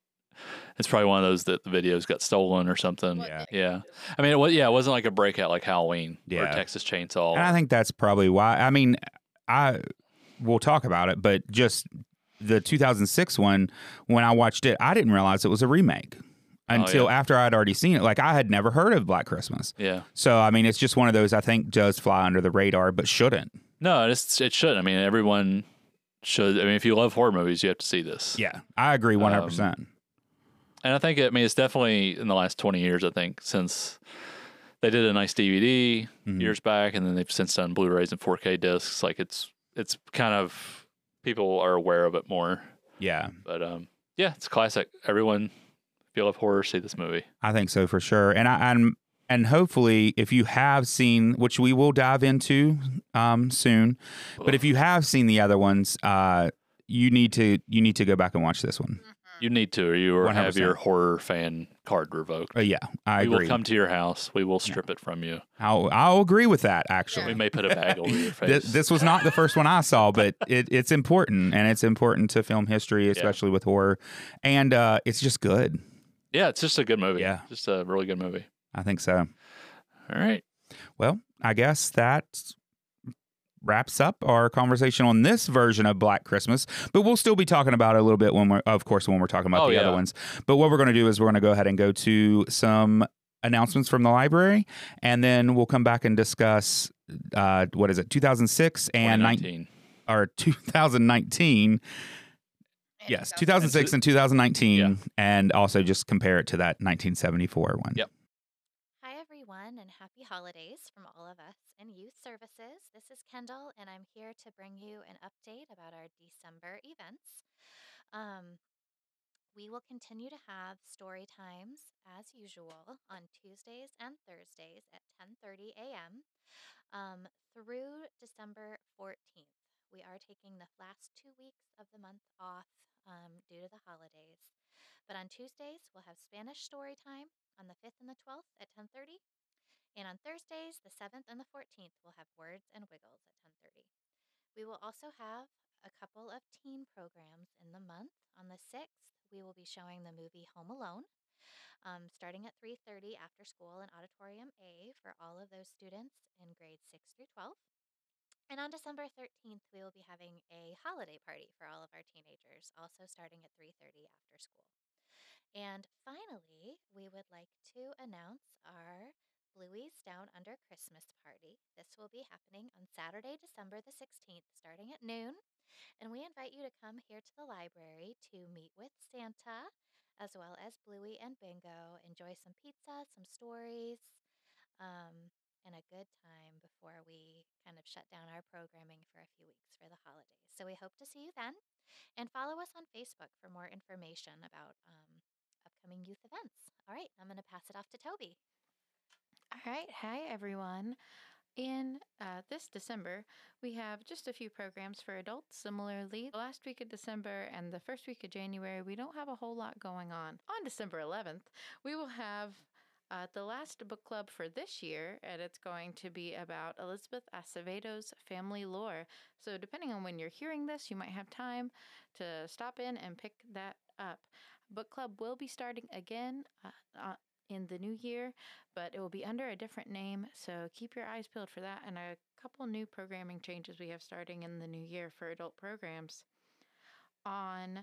it's probably one of those that the videos got stolen or something. Well, Yeah. Yeah, I mean it was yeah it wasn't like a breakout like Halloween or Yeah. Texas Chainsaw. And I think that's probably why. I mean, I we'll talk about it, but just the 2006 one, when I watched it, I didn't realize it was a remake until after I'd already seen it. Like I had never heard of Black Christmas. yeah, So I mean, it's just one of those I think does fly under the radar, but shouldn't. no, it's, it should. I mean everyone should. I mean if you love horror movies, you have to see this. Yeah, I agree 100. percent and I think I mean it's definitely in the last twenty years. I think since they did a nice DVD Mhm. years back, and then they've since done Blu-rays and 4K discs. Like it's it's kind of people are aware of it more. Yeah, But um, yeah, it's classic. Everyone, if you love horror, see this movie. I think so for sure. And I and and hopefully, if you have seen, which we will dive into um, soon, but if you have seen the other ones, uh, you need to you need to go back and watch this one. You need to, or you will have 100%. your horror fan card revoked. Uh, yeah, I we agree. will come to your house. We will strip it from you. I'll, I'll agree with that. We Actually, may put a bag over your face. Th- this was not the first one I saw, but it, it's important, and it's important to film history, especially with horror, and uh, it's just good. yeah, it's just a good movie. Yeah. Just a really good movie. I think so. All right. Well, I guess that wraps up our conversation on this version of Black Christmas, but we'll still be talking about it a little bit when we're, of course, when we're talking about Oh, the yeah. other ones. But what we're going to do is we're going to go ahead and go to some announcements from the library, and then we'll come back and discuss uh, what is it, 2006 and 19, 2019. or 2019. Yes, 2006 and 2019, Yeah. and also just compare it to that 1974 one. Yep. Hi, everyone, and happy holidays from all of us in Youth Services. This is Kendall, and I'm here to bring you an update about our December events. Um, we will continue to have story times as usual on Tuesdays and Thursdays at 10:30 a.m. Um, through December 14th. We are taking the last two weeks of the month off um, due to the holidays. But on Tuesdays, we'll have Spanish story time on the 5th and the 12th at 10:30. And on Thursdays, the 7th and the 14th, we'll have words and wiggles at 10:30. We will also have a couple of teen programs in the month. On the 6th, we will be showing the movie Home Alone, um, starting at 3:30 after school in Auditorium A for all of those students in grades 6 through 12. And on December 13th, we will be having a holiday party for all of our teenagers, also starting at 3:30 after school. And finally, we would like to announce our Bluey's Down Under Christmas Party. This will be happening on Saturday, December the 16th, starting at noon. And we invite you to come here to the library to meet with Santa, as well as Bluey and Bingo, enjoy some pizza, some stories, um, and a good time before we kind of shut down our programming for a few weeks for the holidays. So we hope to see you then. And follow us on Facebook for more information about um, upcoming youth events. All right, I'm going to pass it off to Toby. All right. Hi, everyone. In uh, this December, we have just a few programs for adults. Similarly, the last week of December and the first week of January, we don't have a whole lot going on. On December 11th, we will have uh, the last book club for this year, and it's going to be about Elizabeth Acevedo's family lore. So, depending on when you're hearing this, you might have time to stop in and pick that up. Book club will be starting again uh, uh, in the new year but it will be under a different name. So keep your eyes peeled for that and a couple new programming changes we have starting in the new year for adult programs. On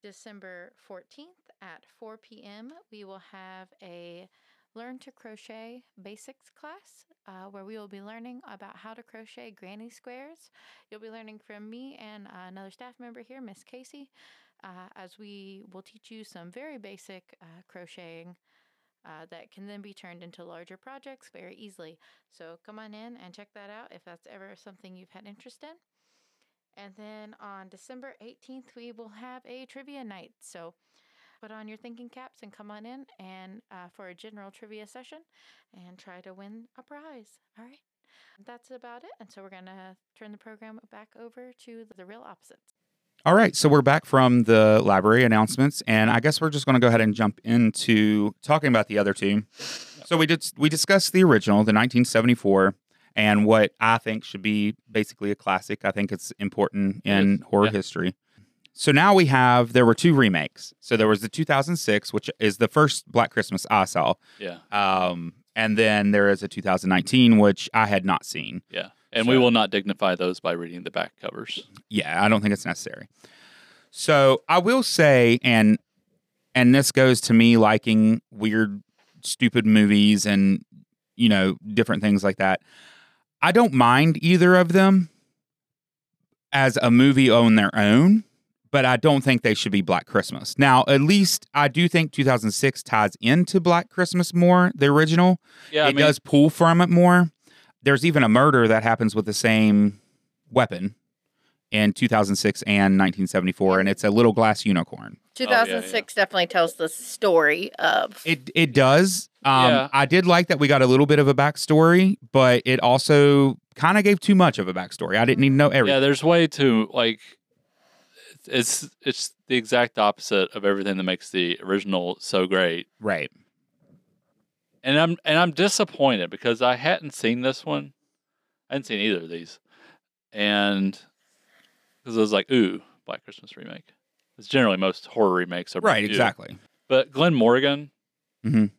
December 14th at 4 p.m., we will have a Learn to Crochet Basics class uh, where we will be learning about how to crochet granny squares. You'll be learning from me and uh, another staff member here, Miss Casey, uh, as we will teach you some very basic uh, crocheting uh, that can then be turned into larger projects very easily. So come on in and check that out if that's ever something you've had interest in. Oh, And then on December 18th, we will have a trivia night. So put on your thinking caps and come on in and uh, for a general trivia session and try to win a prize. All right. That's about it. And so we're going to turn the program back over to the real opposites. All right, so we're back from the library announcements, and I guess we're just going to go ahead and jump into talking about the other two. So we did we discussed the original, the 1974, and what I think should be basically a classic. I think it's important in is, horror yeah. history. So now we have there were two remakes. So there was the 2006, which is the first Black Christmas I saw, Yeah. um, and then there is a 2019, which I had not seen. Yeah. And we So- will not dignify those by reading the back covers. yeah, I don't think it's necessary. So I will say, and and this goes to me liking weird, stupid movies and you know different things like that. I don't mind either of them as a movie on their own, but I don't think they should be Black Christmas. Now, at least I do think 2006 ties into Black Christmas more, the original Yeah. it does pull from it more. There's even a murder that happens with the same weapon in 2006 and 1974, and it's a little glass unicorn. 2006 definitely tells the story of It it does. Um, Yeah. I did like that we got a little bit of a backstory, but it also kind of gave too much of a backstory. I didn't need to know everything. Yeah. There's way too, like, it's it's the exact opposite of everything that makes the original so great. Right. and I'm and I'm disappointed because I hadn't seen this one. I hadn't seen either of these, and because I was like, "Ooh, Black Christmas remake." It's generally most horror remakes are Right. due. Exactly. But Glenn Morgan Mhm.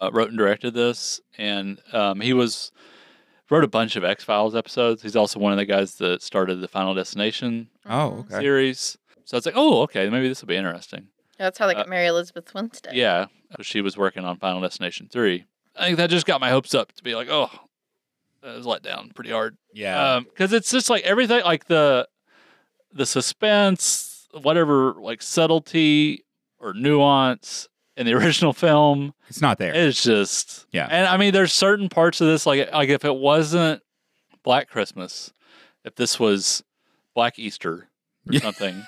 uh, wrote and directed this, and um, he was wrote a bunch of X Files episodes. He's also one of the guys that started the Final Destination Oh, Mhm. okay. series. So it's like, "Oh, okay, maybe this will be interesting." That's how they got Uh, Mary Elizabeth Winstead. Yeah, she was working on Final Destination three. I think that just got my hopes up to be like, oh, that was let down pretty hard. Yeah. Um 'cause because it's just like everything, like the the suspense, whatever, like subtlety or nuance in the original film it's not there. it's just Yeah. And I mean, there's certain parts of this like like if it wasn't Black Christmas, if this was Black Easter or Yeah. something,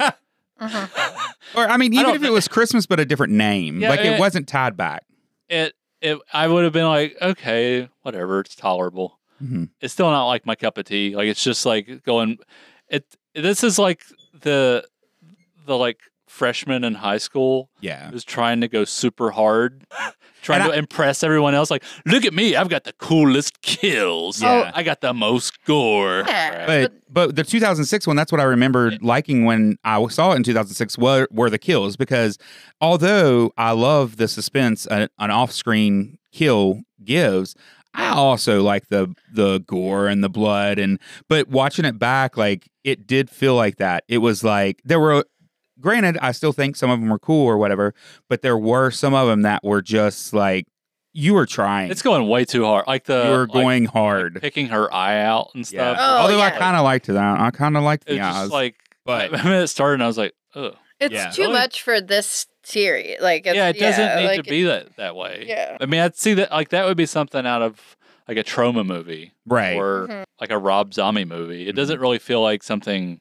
Mhm. or I mean, I even don't if thi- it was Christmas but a different name, Yeah, like it, it- wasn't tied back. it it I would have been like, okay, whatever, it's tolerable. Mhm. it's still not like my cup of tea. Like it's just like going. It this is like the the like freshman in high school Yeah. who's trying to go super hard, trying And to impress everyone else. Like, look at me, I've got the coolest kills. Yeah. I got the most gore. Yeah. Right. But but the 2006 one, that's what I remember liking when I saw it in 2006 were were the kills because although I love the suspense an, an off screen kill gives, I also like the the gore and the blood and but watching it back, like it did feel like that. It was like there were. Granted, I still think some of them were cool or whatever, but there were some of them that were just like you were trying. It's going way too hard. Like the you were like- going like hard. picking her eye out and yeah. stuff. Oh, Although I yeah. kind of liked that. I kind of liked It's the eyes. just like, but- I mean, it started, and I was like, oh, It's Yeah. too Really? much for this series. Like, it's, yeah, it doesn't need like, to be that that way. Yeah. I mean, I'd see that like that would be something out of like a trauma movie right. Mm-hmm. or Mhm. like a Rob Zombie movie. It doesn't really feel like something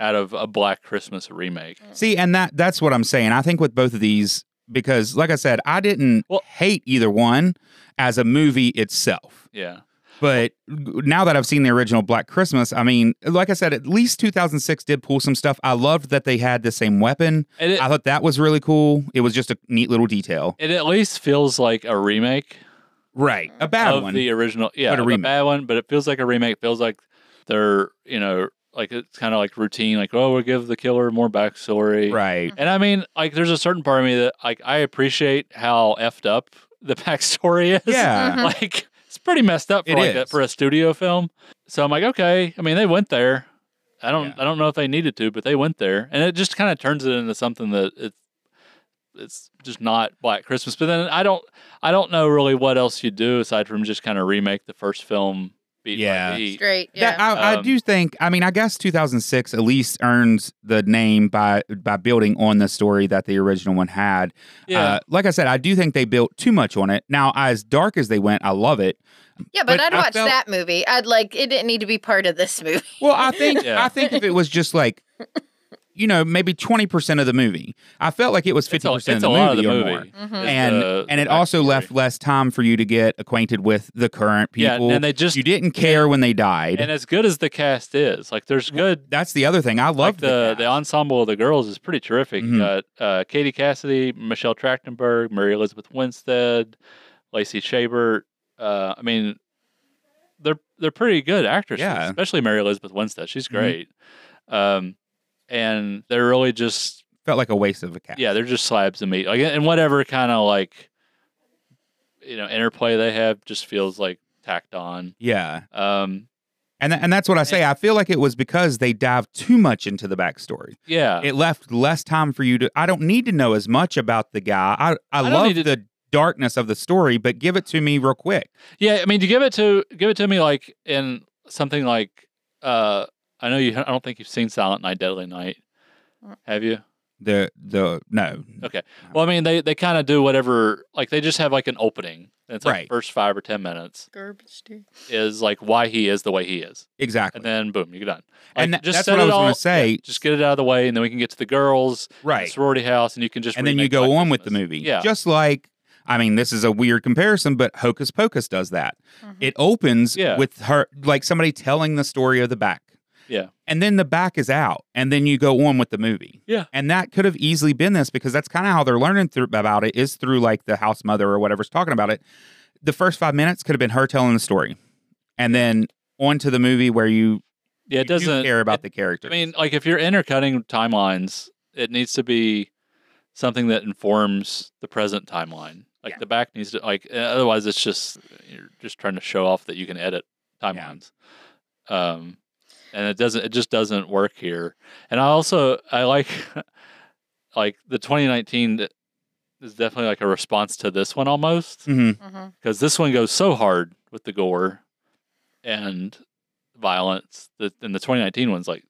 out of a Black Christmas remake. Mm. See, and that that's what I'm saying. I think with both of these, because like I said, I didn't Well- hate either one as a movie itself. Yeah, But now that I've seen the original Black Christmas, I mean, like I said, at least 2006 did pull some stuff. I loved that they had the same weapon. and it I thought that was really cool. It was just a neat little detail. it at least feels like a remake Right. A bad of one. the original. Yeah, But a of remake. bad one, but it feels like a remake. It feels like they're you know like it's kind of like routine. Like oh, we'll give the killer more backstory. right. And I mean, like, there's a certain part of me that, like, I appreciate how effed up the backstory is. Yeah. Mhm. like it's pretty messed up for Mm-hmm. It like a, is. for a studio film. So I'm like, okay. I mean, they went there. I don't Yeah. I don't know if they needed to, but they went there, and it just kind of turns it into something that it's it's just not Black Christmas. But then I don't I don't know really what else you do aside from just kind of remake the first film beat Yeah. by beat. straight. Yeah, Yeah. I, I Um, do think. I mean, I guess 2006 at least earns the name by by building on the story that the original one had. Yeah, Uh, like I said, I do think they built too much on it. Now, as dark as they went, I love it. yeah, but, but I'd I watch felt- that movie. I'd like, it didn't need to be part of this movie. Well, I think Yeah. I think if it was just like, you know, maybe 20 percent of the movie, I felt like it was 50 it's a, it's percent of a the lot of movie the or movie. more. is And the- and the it also backstory. left less time for you to get acquainted with the current Yeah, people. and they just you didn't care when they died. and as good as the cast is, like, there's good That's the other thing. I love like the, the cast. ensemble of the girls is pretty terrific. You Mhm. got uh, Katie Cassidy, Michelle Trachtenberg, Mary Elizabeth Winstead, Lacey Chabert. Uh, I mean, they're they're pretty good actresses, Yeah. especially Mary Elizabeth Winstead. She's Mhm. great. Um, and they're really just felt like a waste of a cast. yeah, they're just slabs of meat. Like and whatever kind of like you know interplay they have just feels like tacked on. yeah. Um, And, tha- and that's what I say. I feel like it was because they dived too much into the backstory. yeah, It left less time for you to. I don't need to know as much about the guy. I, I, don't love need to- the darkness of the story, but give it to me real quick. Yeah, I mean, to give it to give it to me like in something like uh I know you. I don't think you've seen Silent Night, Deadly Night, have you? The the no Okay. Well, I mean, they they kind of do whatever. Like they just have like an opening. And it's like Right. the first five or ten minutes Garbage day. is like why he is the way he is, exactly and then boom, you're done. And Like, tha- that's what set I it was gonna all- yeah, say. just get it out of the way, and then we can get to the girls, the right. sorority house, and you can just And then you remake go Black on with the Christmas. movie. Yeah. Just like I mean, this is a weird comparison, but Hocus Pocus does that. Mhm. It opens Mm-hmm. Yeah. with her like somebody telling the story of the back. Yeah. And then the back is out, and then you go on with the movie. Yeah. And that could have easily been this because that's kind of how they're learning through about it is through like the house mother or whatever's talking about it. The first five minutes could have been her telling the story, and then on to the movie where you, Yeah, you it do doesn't care it- about the character. I mean, like if you're intercutting timelines, it needs to be something that informs the present timeline. Like Yeah. the back needs to like uh, otherwise it's just you're just trying to show off that you can edit timelines. Um and it doesn't it just doesn't work here. And I also I like like the 2019 that is definitely like a response to this one almost hmm Mm-hmm. because this one goes so hard with the gore and violence that and the 2019 one's like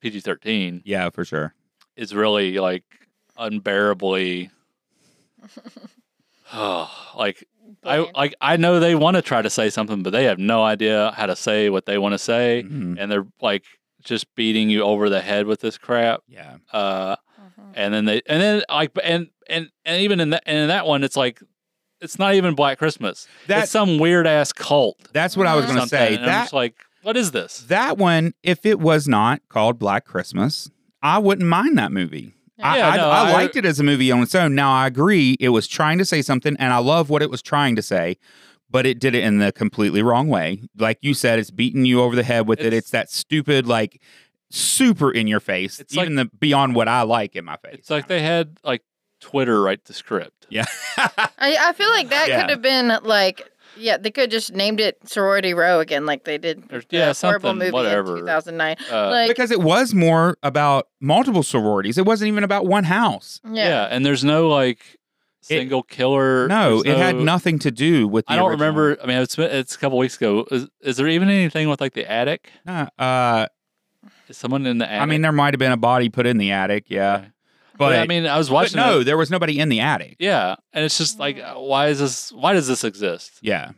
PG-13 yeah, for sure. is really like unbearably like I like I know they want to try to say something but they have no idea how to say what they want to say Mhm. and they're like just beating you over the head with this crap Yeah. uh Mm-hmm. and then they and then like and and and even in that and in that one it's like it's not even Black Christmas That, it's some weird ass cult that's what I was or going to something, say. and I'm That just like, what is this? That one, if it was not called Black Christmas, I wouldn't mind that movie. I, Yeah, I, no, I I- liked it as a movie on its own. Now I agree it was trying to say something, and I love what it was trying to say, but it did it in the completely wrong way. Like you said, it's beating you over the head with it. It's- It's that stupid, like super in your face, It's even the beyond what I like in my face. It's like they had like Twitter write the script. yeah, I, I feel like that Yeah. could have been like, yeah, they could have just named it Sorority Row again, like they did. There's- the yeah, horrible something, movie whatever. in 2009. Uh, like, because it was more about multiple sororities. It wasn't even about one house. yeah. yeah. and there's no like single killer. No, there's it had nothing to do with. The I don't original. remember. I mean, it's been- it's a couple weeks ago. Is, is there even anything with like the attic? No, uh, Is someone in the attic? I mean, there might have been a body put in the attic, yeah. Okay. But, I mean, I was but watching. no, it- there was nobody in the attic. yeah, and it's just like, uh, why is this? Why does this exist? Yeah.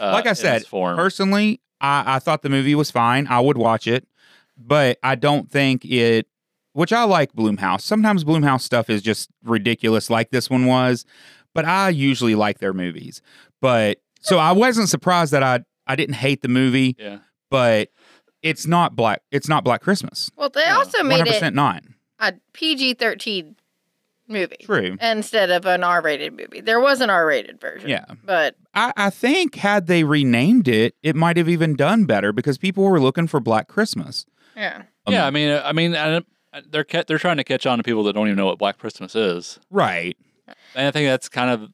Uh, Like I in this said, form. Personally, I, I thought the movie was fine. I would watch it, but I don't think it. Which I like Bloomhouse. Sometimes Bloomhouse stuff is just ridiculous, like this one was. But I usually like their movies. But so I wasn't surprised that I I didn't hate the movie, yeah, but it's not black. It's not Black Christmas. Well, they Yeah. also One made hundred percent it not a PG 13 movie true. instead of an R rated movie. There was an R rated version. Yeah. But I, I think had they renamed it, it might have even done better because people were looking for Black Christmas. yeah. yeah. I mean, uh, I mean, I, don't- they're ca- they're trying to catch on to people that don't even know what Black Christmas is. Right. And I think that's kind of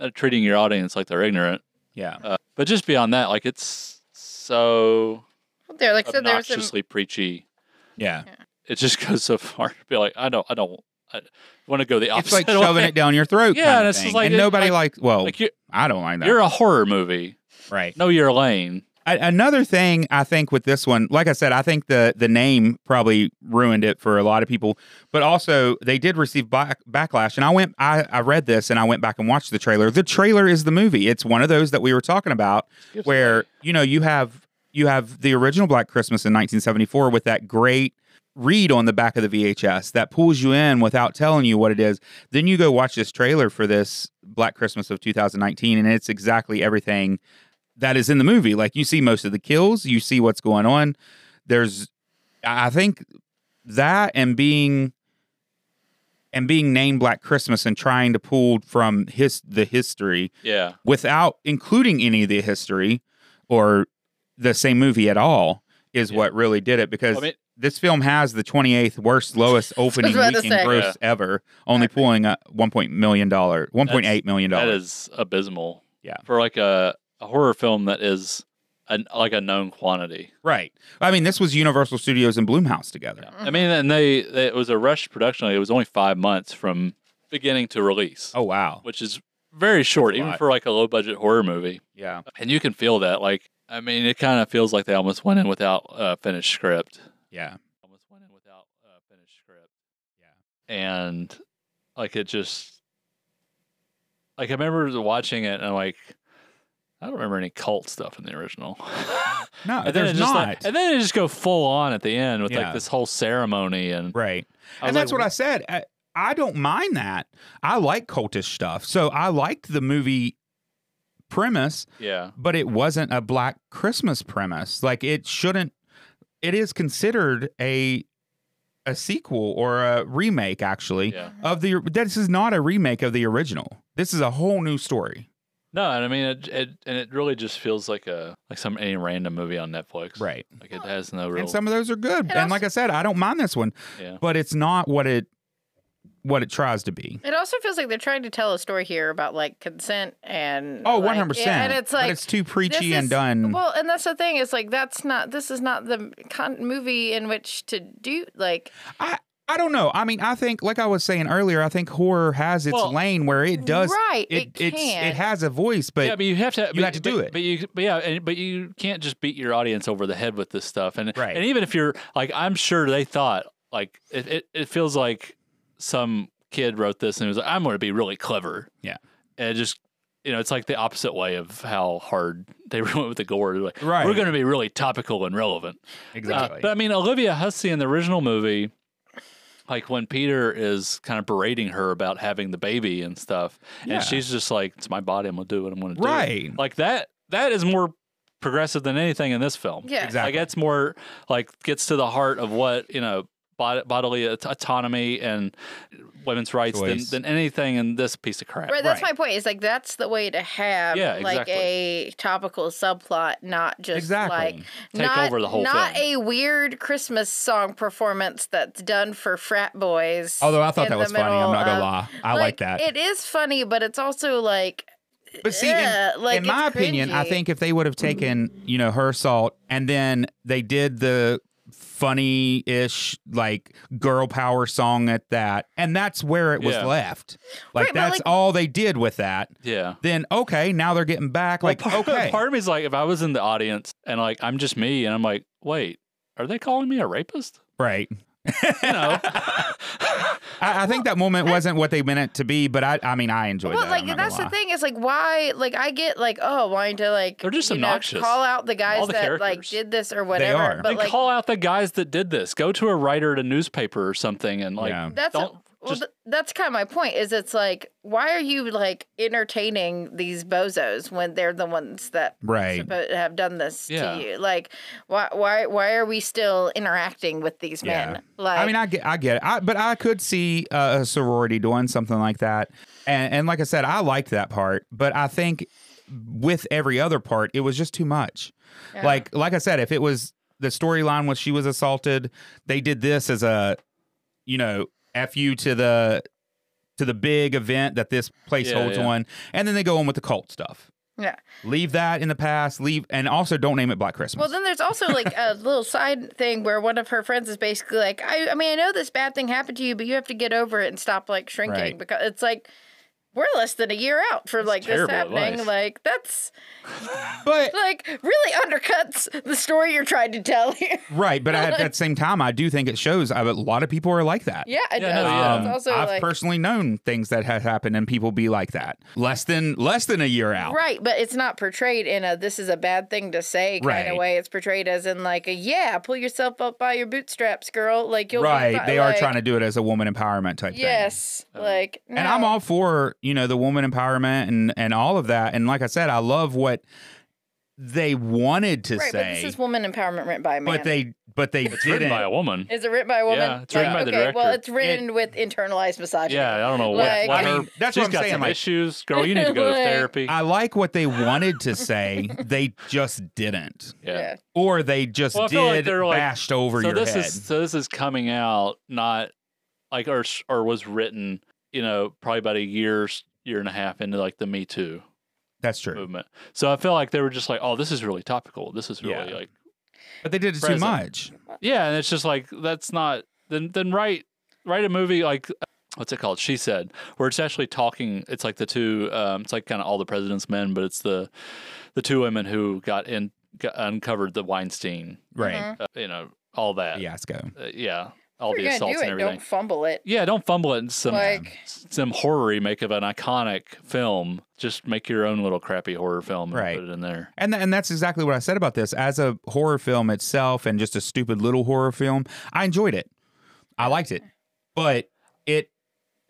uh, treating your audience like they're ignorant. Yeah. Uh, but just beyond that, like it's so There, like I said, there was some. obnoxiously preachy. Yeah. It just goes so far to be like, I don't, I don't, I want to go the It's opposite. like shoving way. it down your throat. Yeah, kind and of it's just thing. like- and it- nobody likes. Well, Like you're, I don't like that. you're a horror movie. right. Know your lane. A- another thing I think with this one, like I said, I think the the name probably ruined it for a lot of people, but also they did receive back, backlash. And I went, I, I read this and I went back and watched the trailer. The trailer is the movie. It's one of those that we were talking about Gives where you know you have you have the original Black Christmas in 1974 with that great read on the back of the VHS that pulls you in without telling you what it is. Then you go watch this trailer for this Black Christmas of 2019 and it's exactly everything that is in the movie. Like you see most of the kills, you see what's going on. There's I I think that and being and being named Black Christmas and trying to pull from his the history Yeah. without including any of the history or the same movie at all is Yeah. what really did it because I mean, this film has the 28th worst lowest opening about to weekend say. gross ever only Exactly. pulling a 1.8 million dollar 1.8 million that dollars is abysmal. Yeah. For like a, a horror film that is an, like a known quantity. right i mean this was universal studios and bloomhouse together Yeah. I mean, and they, they, it was a rush production. It was only five months from beginning to release. oh wow which is very short, even lot. for like a low budget horror movie. yeah And you can feel that. Like, I mean, it kind of feels like they almost went in without a finished script. yeah Almost went in without a finished script. Yeah. And like it just, like I remember watching it and I'm like, I don't remember any cult stuff in the original. no and then it there's just not like, and then it just go full on at the end with Yeah. like this whole ceremony and right I and was that's like, what I said. I, I don't mind that. I like cultish stuff. So I liked the movie premise, yeah but it wasn't a Black Christmas premise. Like it shouldn't. it is considered a a sequel or a remake actually Yeah. of the this is not a remake of the original. This is a whole new story. No, and I mean it, it and it really just feels like a like some any random movie on Netflix. Right. Like it has no real And some of those are good. And, And also- like I said, I don't mind this one, yeah. but it's not what it what it tries to be. It also feels like they're trying to tell a story here about like consent and Oh, like- 100%. yeah, and it's but like it's too preachy this and is- done. Well, and that's the thing is like that's not this is not the con- movie in which to do like I don't know. I mean, I think like I was saying earlier, I think horror has its Well, lane where it does right. it It, it's can. it has a voice, but yeah, but you have to. you but- have to but- do it. But you, but yeah, and, but you can't just beat your audience over the head with this stuff. And Right. and even if you're like, I'm sure they thought like it. It, it feels like some kid wrote this and was like, I'm going to be really clever. Yeah. and it just you know, it's like the opposite way of how hard they went with the gore. They're Like, Right. we're going to be really topical and relevant. Uh, exactly. but I mean, Olivia Hussey in the original movie, like when Peter is kind of berating her about having the baby and stuff, Yeah. and she's just like, "It's my body. I'm gonna do what I'm gonna do." right. Like that. That is more progressive than anything in this film. yeah. Exactly. Like that's more like gets to the heart of what you know bod- bodily aut- autonomy and women's rights than, Choice. than anything in this piece of crap. Right, that's Right. my point. Is like that's the way to have Yeah, like exactly. a topical subplot, not just exactly. like Take not, over the whole not film. a weird Christmas song performance that's done for frat boys. Although I thought in that the was funny, I'm middle not gonna of- lie. I like, that. It is funny, but it's also like but see, in- yeah, in, like, it's my opinion, I cringy. think if they would have taken, you know, her salt and then they did the funny ish like girl power song at that, and that's where it was Yeah. left. Like Right, but, that's like- all they did with that. Yeah. Then okay, now they're getting back. Like Well, part, okay, part of me's like, if I was in the audience and like I'm just me, and I'm like, wait, are they calling me a rapist? right. You know, I, I think that moment wasn't what they meant it to be, but I, I mean, I enjoyed Well, that. I'm like not that's gonna the lie. thing is like why like I get like oh wanting to like They're just you know, obnoxious. call out the guys All the that like characters. did this or whatever. are. But Then like call out the guys that did this. Go to a writer at a newspaper or something, and like, Yeah. that's don't well, just- th- that's kind of my point. Is it's like why are you like entertaining these bozos when they're the ones that Right. suppo- have done this Yeah. to you? Like why why why are we still interacting with these men? Yeah. Like I mean, I get, I get it, I, but I could see uh, a sorority doing something like that, and, and like I said, I liked that part, but I think with every other part, it was just too much. Yeah. Like, like I said, if it was the storyline was she was assaulted, they did this as a, you know, fu to the to the big event that this place Yeah, holds yeah. on, and then they go on with the cult stuff. Yeah. leave that in the past. Leave, and also don't name it Black Christmas. Well, then there's also like a little side thing where one of her friends is basically like, I, I mean, I know this bad thing happened to you, but you have to get over it and stop like shrinking Right. because it's like we're less than a year out for like this terrible happening. advice. Like that's but like really undercuts the story you're trying to tell here. Right, but at that same time, I do think it shows a lot of people are like that. yeah, it Yeah, does. no, yeah. It's Um, also I've like personally known things that have happened and people be like that. Less than less than a year out. right, but it's not portrayed in a this is a bad thing to say kind Right. of way. It's portrayed as in like a yeah, pull yourself up by your bootstraps, girl. Like you'll be Right, fi- They are like, trying to do it as a woman empowerment type thing. Yes, Uh, like And I'm no. all for, you know, the woman empowerment and and all of that. And like I said, I love what they wanted to right, say. but this is woman empowerment written by a man. but they but they it's written didn't by a woman. is it written by a woman? Yeah, it's written Like, by the okay, Well, director. it's written with internalized misogyny. Yeah, I don't know what. Like- what I mean, her- that's she's what I'm got saying, Some like- issues, girl. You need to go to Like- therapy. I like what they wanted to say. they just didn't. yeah. Or they just Well, I feel like did they're like- bashed over so your this head. is so this is coming out not like or s- or was written you know probably about a year s- year and a half into like the me too That's true. movement so i felt like they were just like oh this is really topical this is really Yeah. like But they did it present. too much. yeah and it's just like that's not then then write write a movie like what's it called she said where it's actually talking it's like the two um it's like kind of all the president's men but it's the the two women who got in got, uncovered the weinstein Right. uh, you know all that Fiasco. uh, yeah all If the Mm-hmm. you're gonna assaults do it, and everything Don't fumble it. Yeah, don't fumble it in some Like- some horror remake of an iconic film. Just make your own little crappy horror film and Right. put it in there. And, th- and that's exactly what I said about this. As a horror film itself and just a stupid little horror film, I enjoyed it. I liked it. But it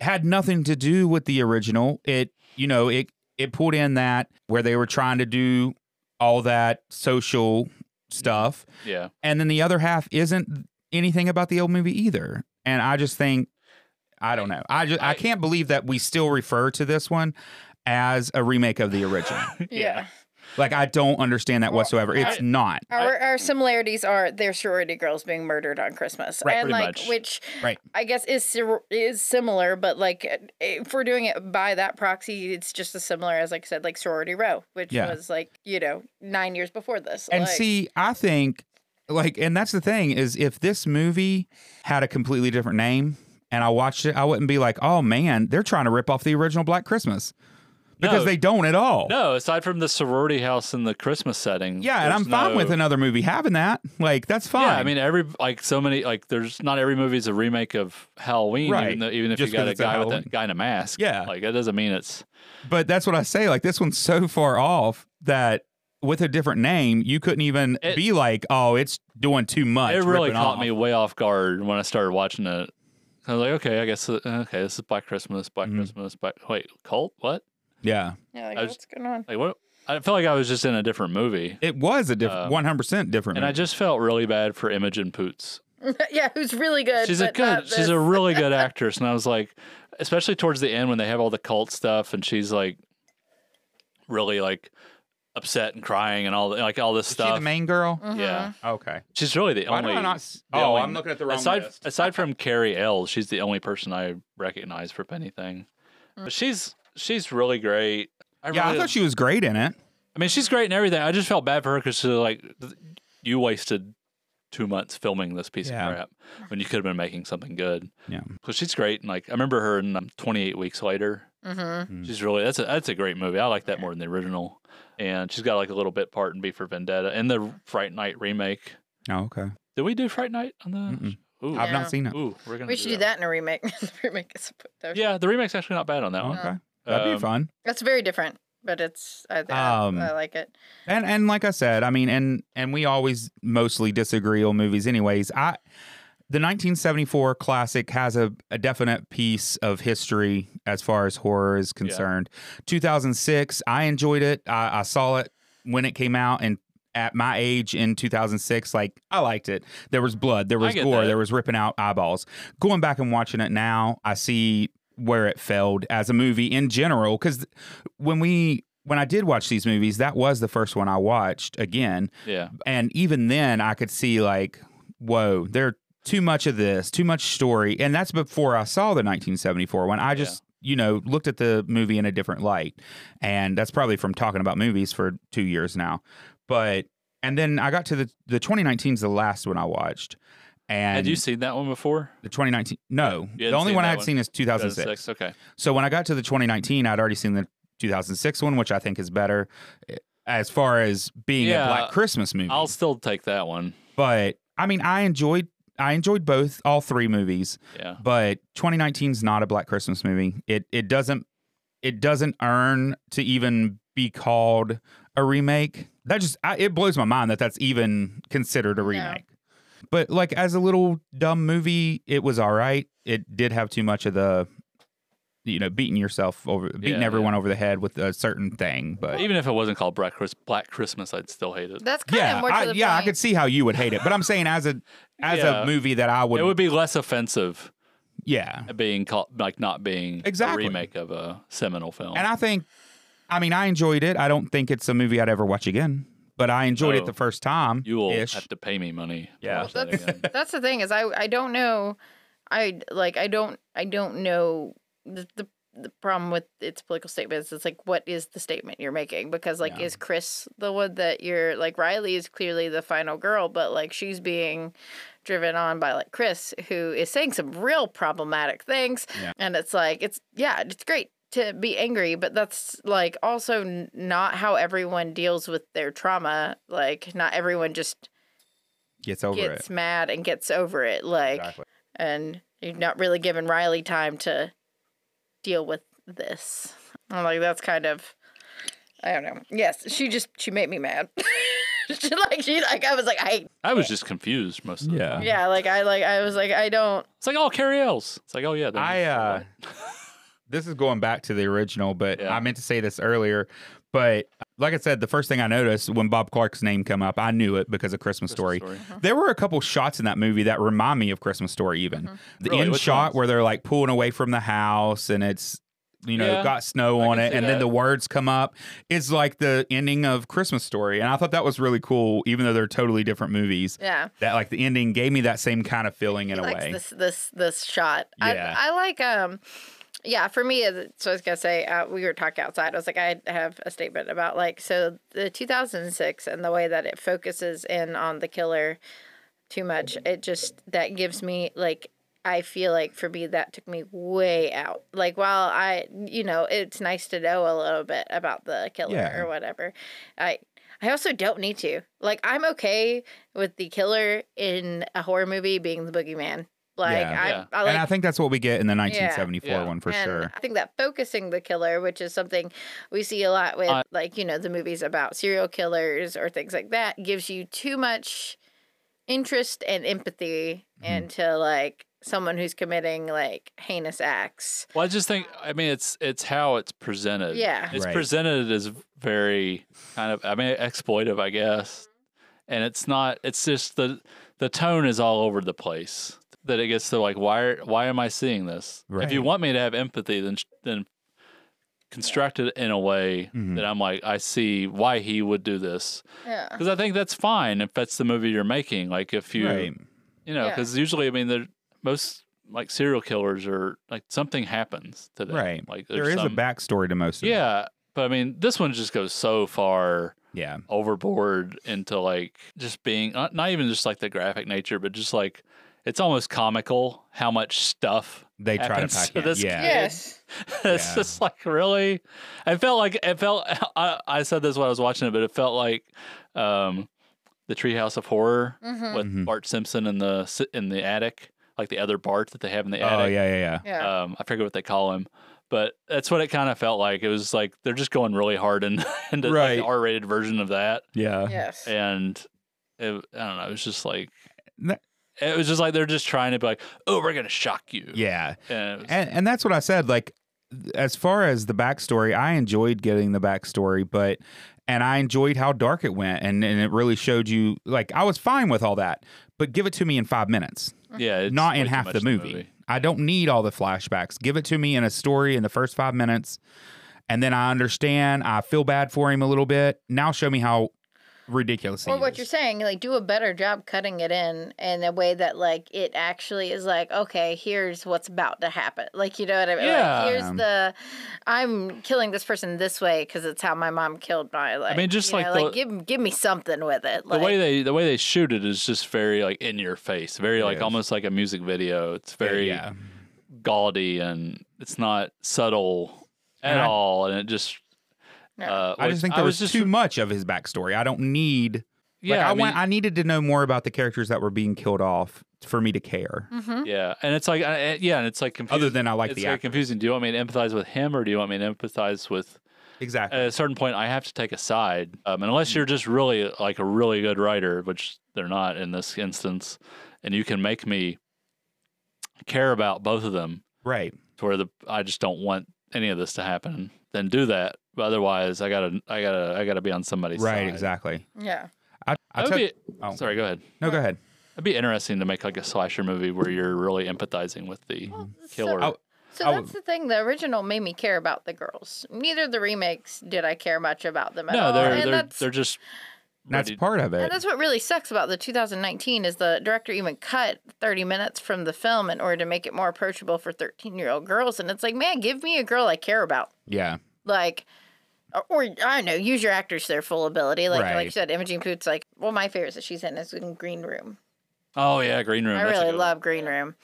had nothing to do with the original. It, you know, it it pulled in that where they were trying to do all that social stuff, Yeah. and then the other half isn't anything about the old movie either. And I just think I don't know. I just I, I- can't believe that we still refer to this one as a remake of the original. Yeah. like I don't understand that whatsoever. It's I- not. Our, our similarities are their sorority girls being murdered on Christmas, Right, and pretty like much. which Right. I guess is sor- is similar, but like if we're doing it by that proxy, it's just as similar as like I said, like sorority row, which Yeah. was like you know nine years before this. And like, see, I think like and that's the thing is if this movie had a completely different name and I watched it, I wouldn't be like, "Oh man, they're trying to rip off the original Black Christmas." Because No. they don't at all. No, aside from the sorority house in the Christmas setting. Oh. Yeah, and there's I'm fine no- with another movie having that. Like that's fine. Yeah, I mean every like so many like there's not every movie is a remake of Halloween, Right. even though even if Just you got 'cause a it's a guy with a Halloween. guy in a mask. Yeah. Like that doesn't mean it's But that's what I say. Like this one's so far off that with a different name, you couldn't even It- be like, "Oh, Ah, it's doing too much." it really ripping caught off." me way off guard when I started watching it. I was like, okay, I guess uh, okay, this is Black Christmas, Black Mhm. Christmas, Black wait, cult? What? Yeah, yeah, like, I was- what's going on? Like what? I felt like I was just in a different movie, it was a different, Um, one hundred percent different. and I movie. just felt really bad for Imogen Poots. yeah, who's really good? she's a but not good, she's this. a really good actress, and I was like, especially towards the end when they have all the cult stuff, and she's like, really like upset and crying and all like all this Is she stuff. the main girl. yeah, Okay. she's really the Why only. do I not? s- the oh, only- I'm looking at the wrong aside list. aside from Carrie L, she's the only person I recognize for anything. But she's she's really great. I yeah, I really, thought she was great in it. I mean, she's great and everything. I just felt bad for her because she's like, you wasted two months filming this piece Yeah. of crap when you could have been making something good. Yeah. because she's great. And like, I remember her in um, 28 Weeks Later. Mm-hmm. Mm. She's really that's a that's a great movie. I like that more than the original. And she's got like a little bit part in B for Vendetta and the Fright Night remake. Oh, okay. Did we do Fright Night on the? Mm-mm. Ooh, I've Yeah. not seen it. ooh, we're gonna We should do that. that in a remake. The remake is that was- Yeah, the remake's actually not bad on that one. okay, Oh, that'd Um, be fun. that's very different, but it's I, I, Um, I like it. And and like I said, I mean, and and we always mostly disagree on movies, anyways. I the 1974 classic has a, a definite piece of history as far as horror is concerned. 2006, I enjoyed it. I, I saw it when it came out, and at my age in 2006, like I liked it. There was blood, there I was get gore, that. there was ripping out eyeballs. Going back and watching it now, I see where it failed as a movie in general. Because when we when I did watch these movies, that was the first one I watched again. Yeah. And even then, I could see like, whoa, there too much of this, too much story, and that's before I saw the 1974 one. I just you know looked at the movie in a different light, and that's probably from talking about movies for two years now. But and then I got to the the 2019 is the last one I watched, and Had you seen that one before? the 2019 no, You the hadn't only seen one I that had one? seen is 2006. 2006, Okay. So when I got to the 2019, I'd already seen the 2006 one, which I think is better eh, as far as being Yeah, a Black Christmas movie. I'll still take that one. but I mean, I enjoyed I enjoyed both all three movies, Yeah. but 2019 is not a Black Christmas movie. It it doesn't it doesn't earn to even be called a remake. That just I, it blows my mind that that's even considered a No. remake. But like as a little dumb movie, it was all right. It did have too much of the you know beating yourself over beating Yeah, everyone over the head with a certain thing. But Even if it wasn't called Black, Chris- Black Christmas, I'd still hate it. That's kind yeah, of more to I, the yeah, I point. could see how you would hate it. But I'm saying as a as Yeah. a movie that I would, it would be less offensive yeah being called like not being Exactly. a remake of a seminal film. And I think, I mean, I enjoyed it. I don't think it's a movie I'd ever watch again, but I enjoyed it Oh. the first time. you will ish. have to pay me money. to Yeah. watch that That's- again. That's the thing is I I don't know I like I don't I don't know the the, the problem with its political statement is it's like what is the statement you're making because like Yeah. is Chris the one that you're like Riley is clearly the final girl but like she's being driven on by like Chris who is saying some real problematic things Yeah. and it's like it's yeah it's great to be angry but that's like also n- not how everyone deals with their trauma like not everyone just Gets over gets it. mad and gets over it like Exactly. and you're not really giving riley time to deal with this i'm like that's kind of i don't know yes she just she made me mad she like she like i was like i I was just confused most of the Yeah. time. yeah like i like i was like i don't It's like, oh, Carrie Ells. It's like, oh, yeah. that I is- uh, this is going back to the original, but Yeah. I meant to say this earlier. But uh, like I said, the first thing I noticed when Bob Clark's name come up, I knew it because of Christmas, Story. There were a couple shots in that movie that remind me of Christmas Story. Even Mm-hmm. the Really? end Which shot ones? where they're like pulling away from the house, and it's you know Yeah, got snow I on can it, see and that. then the words come up. It's like the ending of Christmas Story, and I thought that was really cool, even though they're totally different movies. Yeah. That like the ending gave me that same kind of feeling in He a likes way. this this this shot. Yeah. I, I like um yeah, for me it- so I was gonna say uh, we were talking outside. I was like I have a statement about like so the 2006 and the way that it focuses in on the killer too much. It just that gives me like I feel like for me that took me way out. Like while I you know it's nice to know a little bit about the killer Yeah. or whatever. I I also don't need to. Like I'm okay with the killer in a horror movie being the boogeyman. Like Yeah. I, Yeah. I like and I think that's what we get in the 1974 Yeah. one for and sure. I think that focusing the killer, which is something we see a lot with I- like, you know, the movies about serial killers or things like that, gives you too much interest and empathy Mhm. into like someone who's committing like heinous acts. Well, I just think I mean it's it's how it's presented. Yeah. It's Right. presented as very kind of I mean exploitive, I guess. And it's not it's just the the tone is all over the place. That it gets to like why are- why am I seeing this? If you Right. want me to have empathy then sh- then construct it in a way Mhm. that I'm like I see why he would do this. Yeah. Cuz I think that's fine if that's the movie you're making. Like if you Right. you know, Yeah. because usually, I mean, they're most like serial killers are like something happens to them, Right. Like There there's is a some- backstory to most of it. yeah. But I mean, this one just goes so far Yeah. overboard into like just being not not even just like the graphic nature, but just like it's almost comical how much stuff. They try to happens pack to in. this yeah. kid. Yes. it's Yeah. just like really. I felt like it felt. I, I said this when I was watching it, but it felt like um, the Treehouse of Horror Mhm. with Mhm. Bart Simpson in the si- in the attic, like the other Bart that they have in the Oh yeah, attic. yeah, yeah. Yeah. Um, I forget what they call him, but that's what it kind of felt like. It was like they're just going really hard in, into like Right. the R-rated version of that, Yeah. yes. and it, I don't know. It was just like. That- It was just like they're just trying to be like, oh, we're gonna shock you. Yeah. and, it was- And and that's what I said. Like as far as the backstory, I enjoyed getting the backstory, but and I enjoyed how dark it went and, and it really showed you like I was fine with all that, but give it to me in five minutes. Mm-hmm. yeah, it's not in way too half much the of movie. I don't need all the flashbacks. Give it to me in a story in the first five minutes, and then I understand. I feel bad for him a little bit. Now show me how ridiculous. he Or what is. you're saying, like do a better job cutting it in in a way that like it actually is like, okay, here's what's about to happen. Like you know what I mean? Yeah. Like, here's the I'm killing this person this way because it's how my mom killed my like. mean, just you like know, the- like give give me something with it. the Like, way they the way they shoot it is just very like in your face, very like is. almost like a music video. It's very yeah. gaudy and it's not subtle at And I- all, and it just. No. Uh, I was- just think there was, was, just, too much of his backstory. I don't need. Yeah, like, I, I mean, want. I needed to know more about the characters that were being killed off for me to care. Mhm. yeah, and it's like, I- I- yeah, and it's like confusing. Other than I like Mm-hmm. it's the very act. confusing. Do you want me to empathize with him, or do you want me to empathize with? Exactly. At a certain point, I have to take a side, um, and Hmm. unless you're just really like a really good writer, which they're not in this instance, and you can make me care about both of them, right. to where the I just don't want any of this to happen, then do that. But otherwise, I gotta, I gotta, I gotta be on somebody's side. Right. Exactly. yeah. I, I That would took- be, oh, Sorry, go ahead. No, go ahead. It'd be interesting to make like a slasher movie where you're really empathizing with the Well, so- Mm-hmm. killer. Oh, So I that's the thing. The original made me care about the girls. Neither of the remakes did I care much about them at no, all. they're and they're, that's they're just That's ready- part of it. And that's what really sucks about the 2019 is the director even cut 30 minutes from the film in order to make it more approachable for 13 year old girls. And it's like, man, give me a girl I care about. Yeah. Like, or, or, I don't know, use your actors to their full ability. Like, like you Right. said, Imogen Poots, like, well, my favorites that she's in is in Green Room. Oh yeah, Green Room. I that's a really good love Green Room.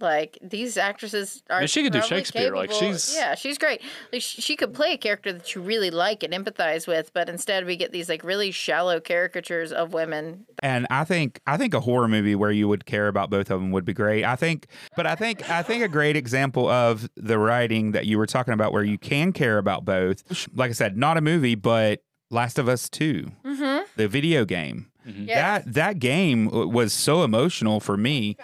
Like these actresses are. mean, she could do probably Shakespeare, like, capable- she's- yeah, she's great. Like she, she could play a character that you really like and empathize with, but instead we get these like really shallow caricatures of women. and I think I think a horror movie where you would care about both of them would be great. I think, but I think I think a great example of the writing that you were talking about, where you can care about both. Like I said, not a movie, but Last of Us Two, Mm-hmm. the video game. one. Mhm. Yes. That that game w- was so emotional for me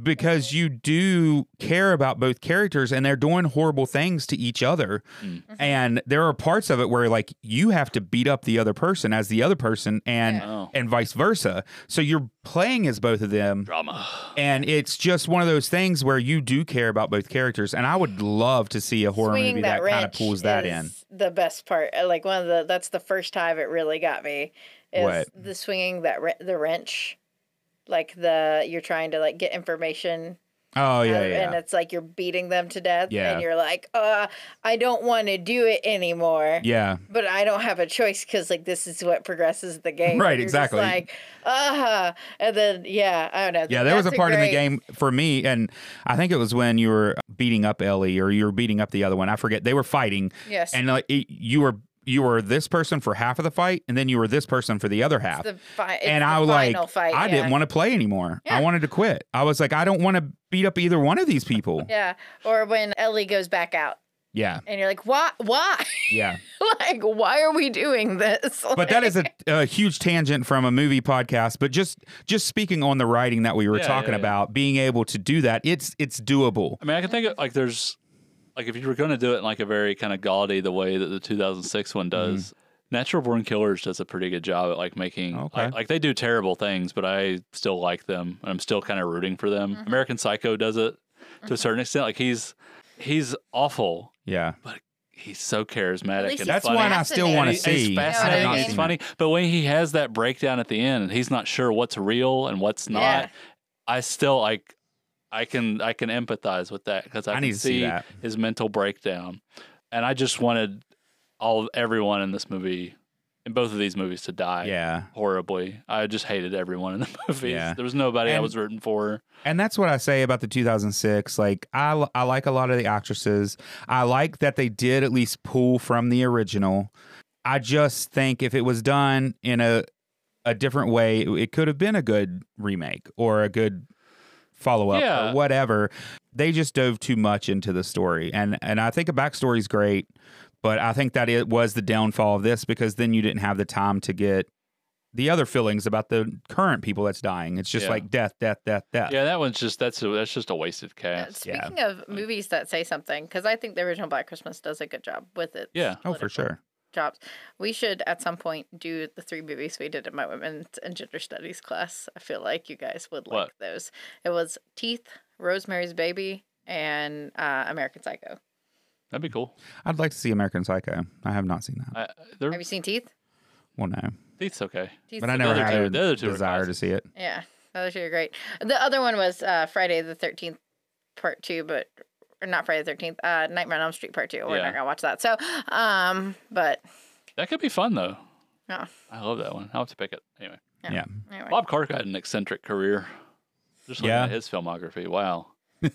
because you do care about both characters and they're doing horrible things to each other. Mm. Mm-hmm. And there are parts of it where like you have to beat up the other person as the other person and Yeah. Oh, and vice versa. So you're playing as both of them. drama. And it's just one of those things where you do care about both characters, and I would love to see a horror Mm. Swinging movie that, kind of wrench pulls that in. is The best part, Uh, like one of the that's the first time it really got me is What? the swinging that wren- the wrench, like the you're trying to like get information Oh yeah, out of- yeah, and it's like you're beating them to death, Yeah. and you're like, uh, I don't want to do it anymore, yeah. but I don't have a choice because like this is what progresses the game. Right, You're just exactly. like, uh and then yeah, I don't know. Yeah, there was a That's part in the great- game for me, and I think it was when you were beating up Ellie or you were beating up the other one. I forget. They were fighting, Yes, and like it, you were you were this person for half of the fight, and then you were this person for the other half. It's the fi- it's and the I was like, final fight, I yeah. didn't want to play anymore. I Yeah. wanted to quit. I was like, I don't want to beat up either one of these people. Yeah, or when Ellie goes back out, yeah, and you're like, why? Why? yeah. like, why are we doing this? but that is a, a huge tangent from a movie podcast but just just speaking on the writing that we were Yeah, talking yeah, yeah. about being able to do that it's it's doable I mean, I can think of like there's like if you were going to do it in like a very kind of gaudy the way that the 2006 one Mm-hmm. does. Natural Born Killers does a pretty good job at like making Okay. like, like they do terrible things, but I still like them. And I'm still kind of rooting for Mm-hmm. them. American Psycho does it to a certain extent. Like he's he's awful. yeah He's so At charismatic least and he's that's funny. one i still want to And he- see He's I've not fascinating. I mean? He's seen funny. it. But when he has that breakdown at the end and he's not sure what's real and what's not, Yeah. I still like I can I can empathize with that because I, I can need to see that. his mental breakdown. And I just wanted all everyone in this movie in both of these movies to die yeah horribly. I just hated everyone in the movies. Yeah. There was nobody I And- was rooting for. and that's what i say about the 2006 like I, l- I like a lot of the actresses i like that they did at least pull from the original i just think if it was done in a a different way it, it could have been a good remake or a good follow up Yeah. or whatever. They just dove too much into the story, and and I think a backstory is great, but I think that it was the downfall of this because then you didn't have the time to get the other feelings about the current people that's dying. It's just Yeah. like death, death, death, death. Yeah, that one's just that's a, that's just a wasted Yeah, cast. yeah. Speaking of movies that say something, because I think the original Black Christmas does a good job with it. Yeah. Oh, for sure. Jobs. We should at some point do the three movies we did in my women's and gender studies class. I feel like you guys would like What? those. It was Teeth, Rosemary's Baby, and uh, American Psycho. That'd be cool. I'd like to see American Psycho. I have not seen that. I, they're, Have you seen Teeth? well, no, it's okay. Teeth but I never other two- had the other a two are desire to classics. see it. Yeah, those two are great. The other one was uh, Friday the Thirteenth Part Two, but or not Friday the Thirteenth, uh, Nightmare on Elm Street Part Two. We're Yeah. not gonna watch that. So, um, but That could be fun though. Yeah. I love that one. I'll have to pick it. Anyway. Yeah. Yeah. anyway, Bob Clark had an eccentric career. Just looking Yeah. at his filmography. Wow.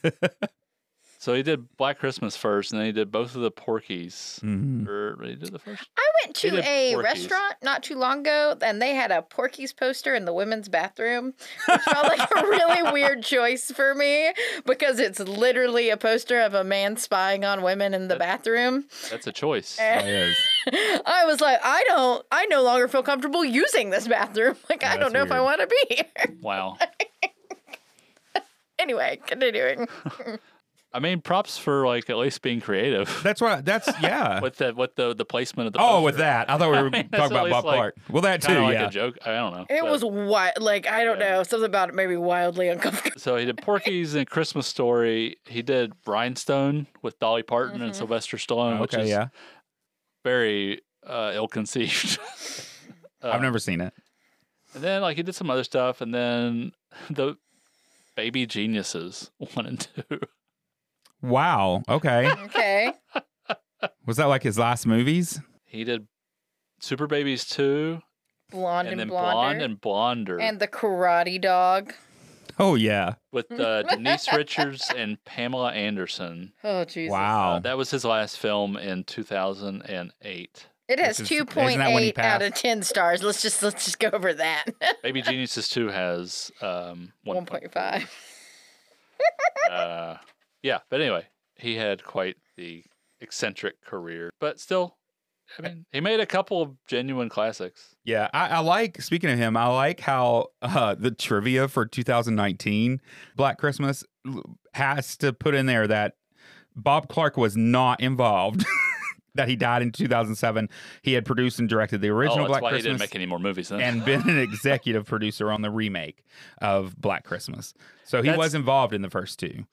so he did Black Christmas first, and then he did both of the Porkies. Mhm. Or he did the first. I went They to did a Porky's. restaurant not too long ago, and they had a Porky's poster in the women's bathroom, which felt like a really weird choice for me because it's literally a poster of a man spying on women in the bathroom. That's a choice. Eh. It is. I was like, I don't, I no longer feel comfortable using this bathroom. Like, Yeah, I that's don't know if I weird. want to be here. Wow. anyway, continuing. I mean, props for like at least being creative That's what. That's yeah. with the with the the placement of the. oh, with poster. that, I thought we were mean, that's talking about at least, Bob like, Clark. Well, that too. Kinda like yeah. a joke. I don't know. It but- was wild. Like I don't Yeah. know. Something about it made me wildly uncomfortable. So he did Porky's and Christmas Story. He did Rhinestone with Dolly Parton and Mhm. Sylvester Stallone, which okay. is Yeah. very uh, ill-conceived. I've Uh, never seen it. And then like he did some other stuff, and then the Baby Geniuses one and two. Wow. Okay. Okay. Was that like his last movies? He did Super Babies two, Blonde and, and, then Blonde blonder. and Blonder and the karate dog. Oh yeah. with uh, Denise Richards and Pamela Anderson. Oh Jesus. Uh, Wow. that was his last film in two thousand and eight. It has Which is- two isn't that when point he eight out passed? of ten stars. Let's just let's just go over that. Baby Geniuses two has um one, One point. point five. Uh, yeah, but anyway, he had quite the eccentric career, but still I mean, he made a couple of genuine classics. Yeah, I, I like, speaking of him, I like how uh, the trivia for 2019 Black Christmas l- has to put in there that Bob Clark was not involved, that he died in 2007. He had produced and directed the Oh, original that's Black why Christmas he didn't make any more movies then. and been an executive producer on the remake of Black Christmas. So he That's- was involved in the first two.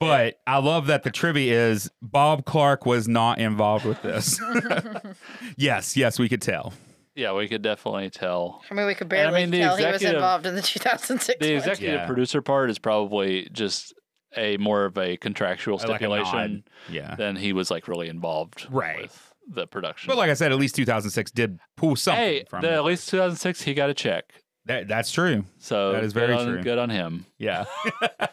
But I love that the trivia is Bob Clark was not involved with this. yes, yes, we could tell. yeah, we could definitely tell. I mean, we could And I barely mean, the tell he was executive- involved in the 2006 The one. executive Yeah. producer part is probably just a more of a contractual Like a nod. stipulation Yeah. than he was like really involved Right. with the production. But like I said, at least 2006 did pull something hey, from the, it. at least 2006, he got a check. That, that's true. So That is good very on- true. Good on him. Yeah. I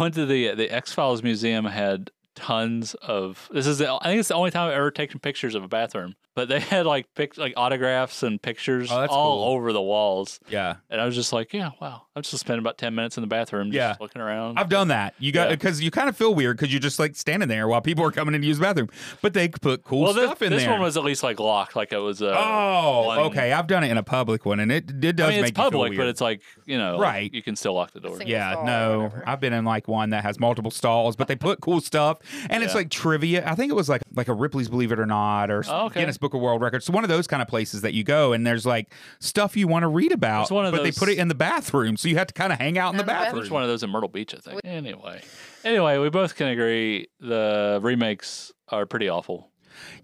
went to the the X Files museum had tons of this is the, I think it's the only time I've ever taken pictures of a bathroom, but they had like pic, like autographs and pictures Oh, that's all cool. over the walls, Yeah. and I was just like, yeah, wow, I'm just spending about ten minutes in the bathroom, just Yeah. looking around. I've done that. You got Yeah. because you kind of feel weird because you're just like standing there while people are coming in to use the bathroom, but they put cool well, this, stuff in this there. one was at least like locked, like it was. Uh, oh, one- okay. I've done it in a public one, and it, it does I mean, make it's public, you feel but weird. it's like you know, like, Right. You can still lock the door. Sing- yeah, stall or no, whatever. I've been in like one that has multiple stalls, but they put cool stuff, and it's Yeah. like trivia. I think it was like like a Ripley's Believe It or Not or Oh, okay. Guinness Book of World Records. So one of those kind of places that you go, and there's like stuff you want to read about, It's one of but they put those- it in the bathroom, so you have to kind of hang out in the In the bathroom. bathroom. There's one of those in Myrtle Beach, I think. Anyway, anyway, we both can agree the remakes are pretty awful.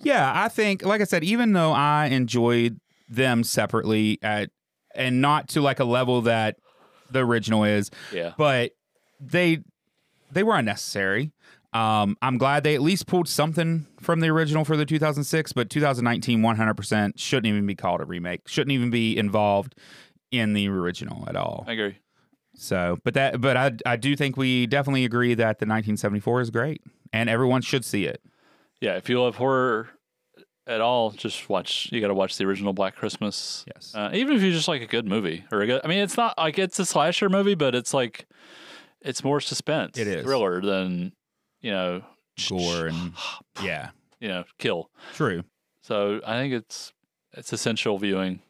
Yeah, I think, like I said, even though I enjoyed them separately at and not to like a level that the original is, Yeah. but they they were unnecessary. Um, I'm glad they at least pulled something from the original for the 2006, but 2019 100% shouldn't even be called a remake. Shouldn't even be involved in the original at all. I agree. So, but that, but I, I do think we definitely agree that the 1974 is great, and everyone should see it. Yeah, if you love horror at all, just watch. You got to watch the original Black Christmas. Yes. Uh, even if you just like a good movie or a good, I mean, it's not like it's a slasher movie, but it's like it's more suspense, It is. thriller than you know, Gore and yeah, you know, kill. true. So I think it's it's essential viewing,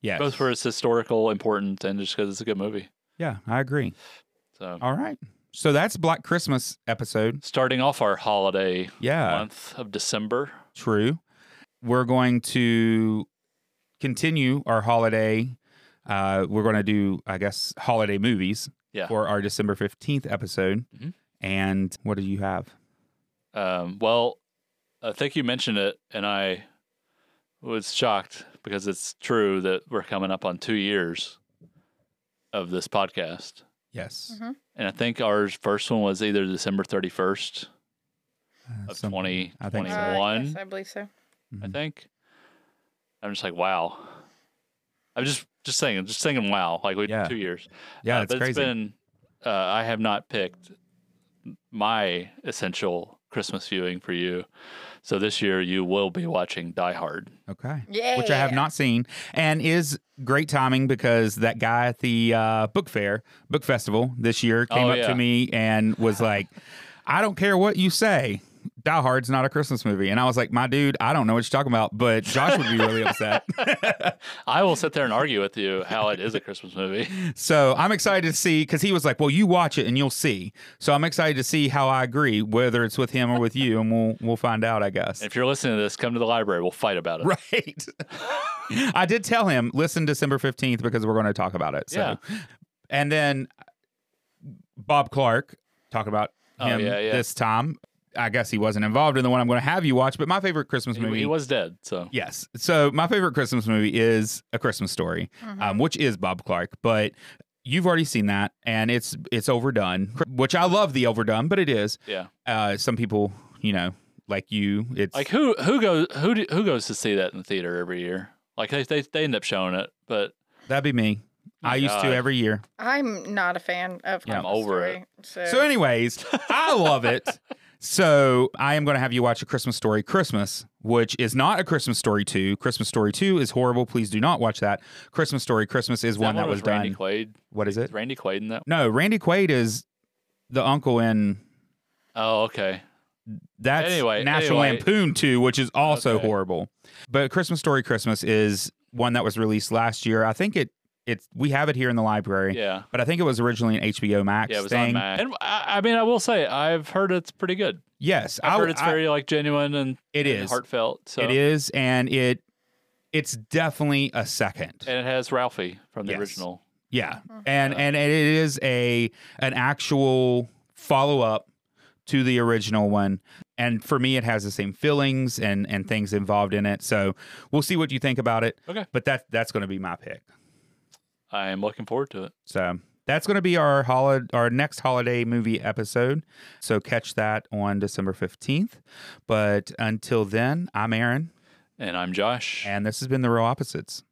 Yes. both for its historical importance and just because it's a good movie. Yeah, I agree. So All right. So that's Black Christmas episode. starting off our holiday Yeah. month of December, True. We're going to continue our holiday. Uh, we're going to do, I guess, holiday movies Yeah. for our December 15th episode. Mhm. And what do you have? Um, well, I think you mentioned it, and I was shocked because it's true that we're coming up on two years of this podcast. Yes. Mhm. And I think our first one was either December 31st Uh, of some- 2021, I think so. Uh, I, yes, I believe so. Mhm. think. I'm just like, wow. I'm just just saying, just saying, wow. Like we Yeah. two years. Yeah, Uh, it's but crazy. It's been, uh, I have not picked my essential Christmas viewing for you. So this year you will be watching Die Hard. okay. Yeah. Which I have not seen and is great timing because that guy at the uh, book fair, book festival this year came Oh, up yeah. to me and was like, I don't care what you say. Die Hard's not a Christmas movie. And I was like, my dude, I don't know what you're talking about, but Josh would be really upset. I will sit there and argue with you how it is a Christmas movie. So I'm excited to see because he was like, well, you watch it and you'll see. So I'm excited to see how I agree, whether it's with him or with you, and we'll we'll find out, I guess. If you're listening to this, come to the library. We'll fight about it. Right. I did tell him, listen December 15th because we're going to talk about it. So. Yeah. And then Bob Clark, talk about Oh, him yeah, yeah. this time. I guess he wasn't involved in the one I'm going to have you watch, but my favorite Christmas He, movie. he was dead, so Yes. So my favorite Christmas movie is A Christmas Story, Mm-hmm. um, which is Bob Clark, but you've already seen that and it's it's overdone, which I love the overdone, but it is. yeah. Uh, some people, you know, like you, it's Like who who goes who do, who goes to see that in the theater every year? Like they they, they end up showing it, but that'd be me. I used God. to every year. I'm not a fan of. Yeah. Yeah, I'm over story, So, So, anyways, I love it. So, I am going to have you watch A Christmas Story Christmas, which is not a Christmas Story 2. Christmas Story 2 is horrible. Please do not watch that. Christmas Story Christmas is Is one that was with Randy done. Quaid. What is Is it? Randy Quaid in that? No, Randy Quaid is the uncle in Oh, okay. that's Anyway, National anyway. Lampoon 2, which is also Okay. horrible. But Christmas Story Christmas is one that was released last year. I think it it's we have it here in the library, Yeah. but I think it was originally an HBO Max Yeah, it was thing. on Mac. And I, I mean, I will say, I've heard it's pretty good. Yes, I've I- heard it's I- very like genuine and, It and is. heartfelt. So. it is, and it it's definitely a second. And it has Ralphie from the Yes. original. Yeah, and Yeah. and it is a an actual follow up to the original one, and for me, it has the same feelings and and things involved in it. So we'll see what you think about it. Okay. but that that's going to be my pick. I am looking forward to it. So that's going to be our holiday, our next holiday movie episode. So catch that on December fifteenth. But until then, I'm Aaron, And I'm Josh. and this has been the Real Opposites.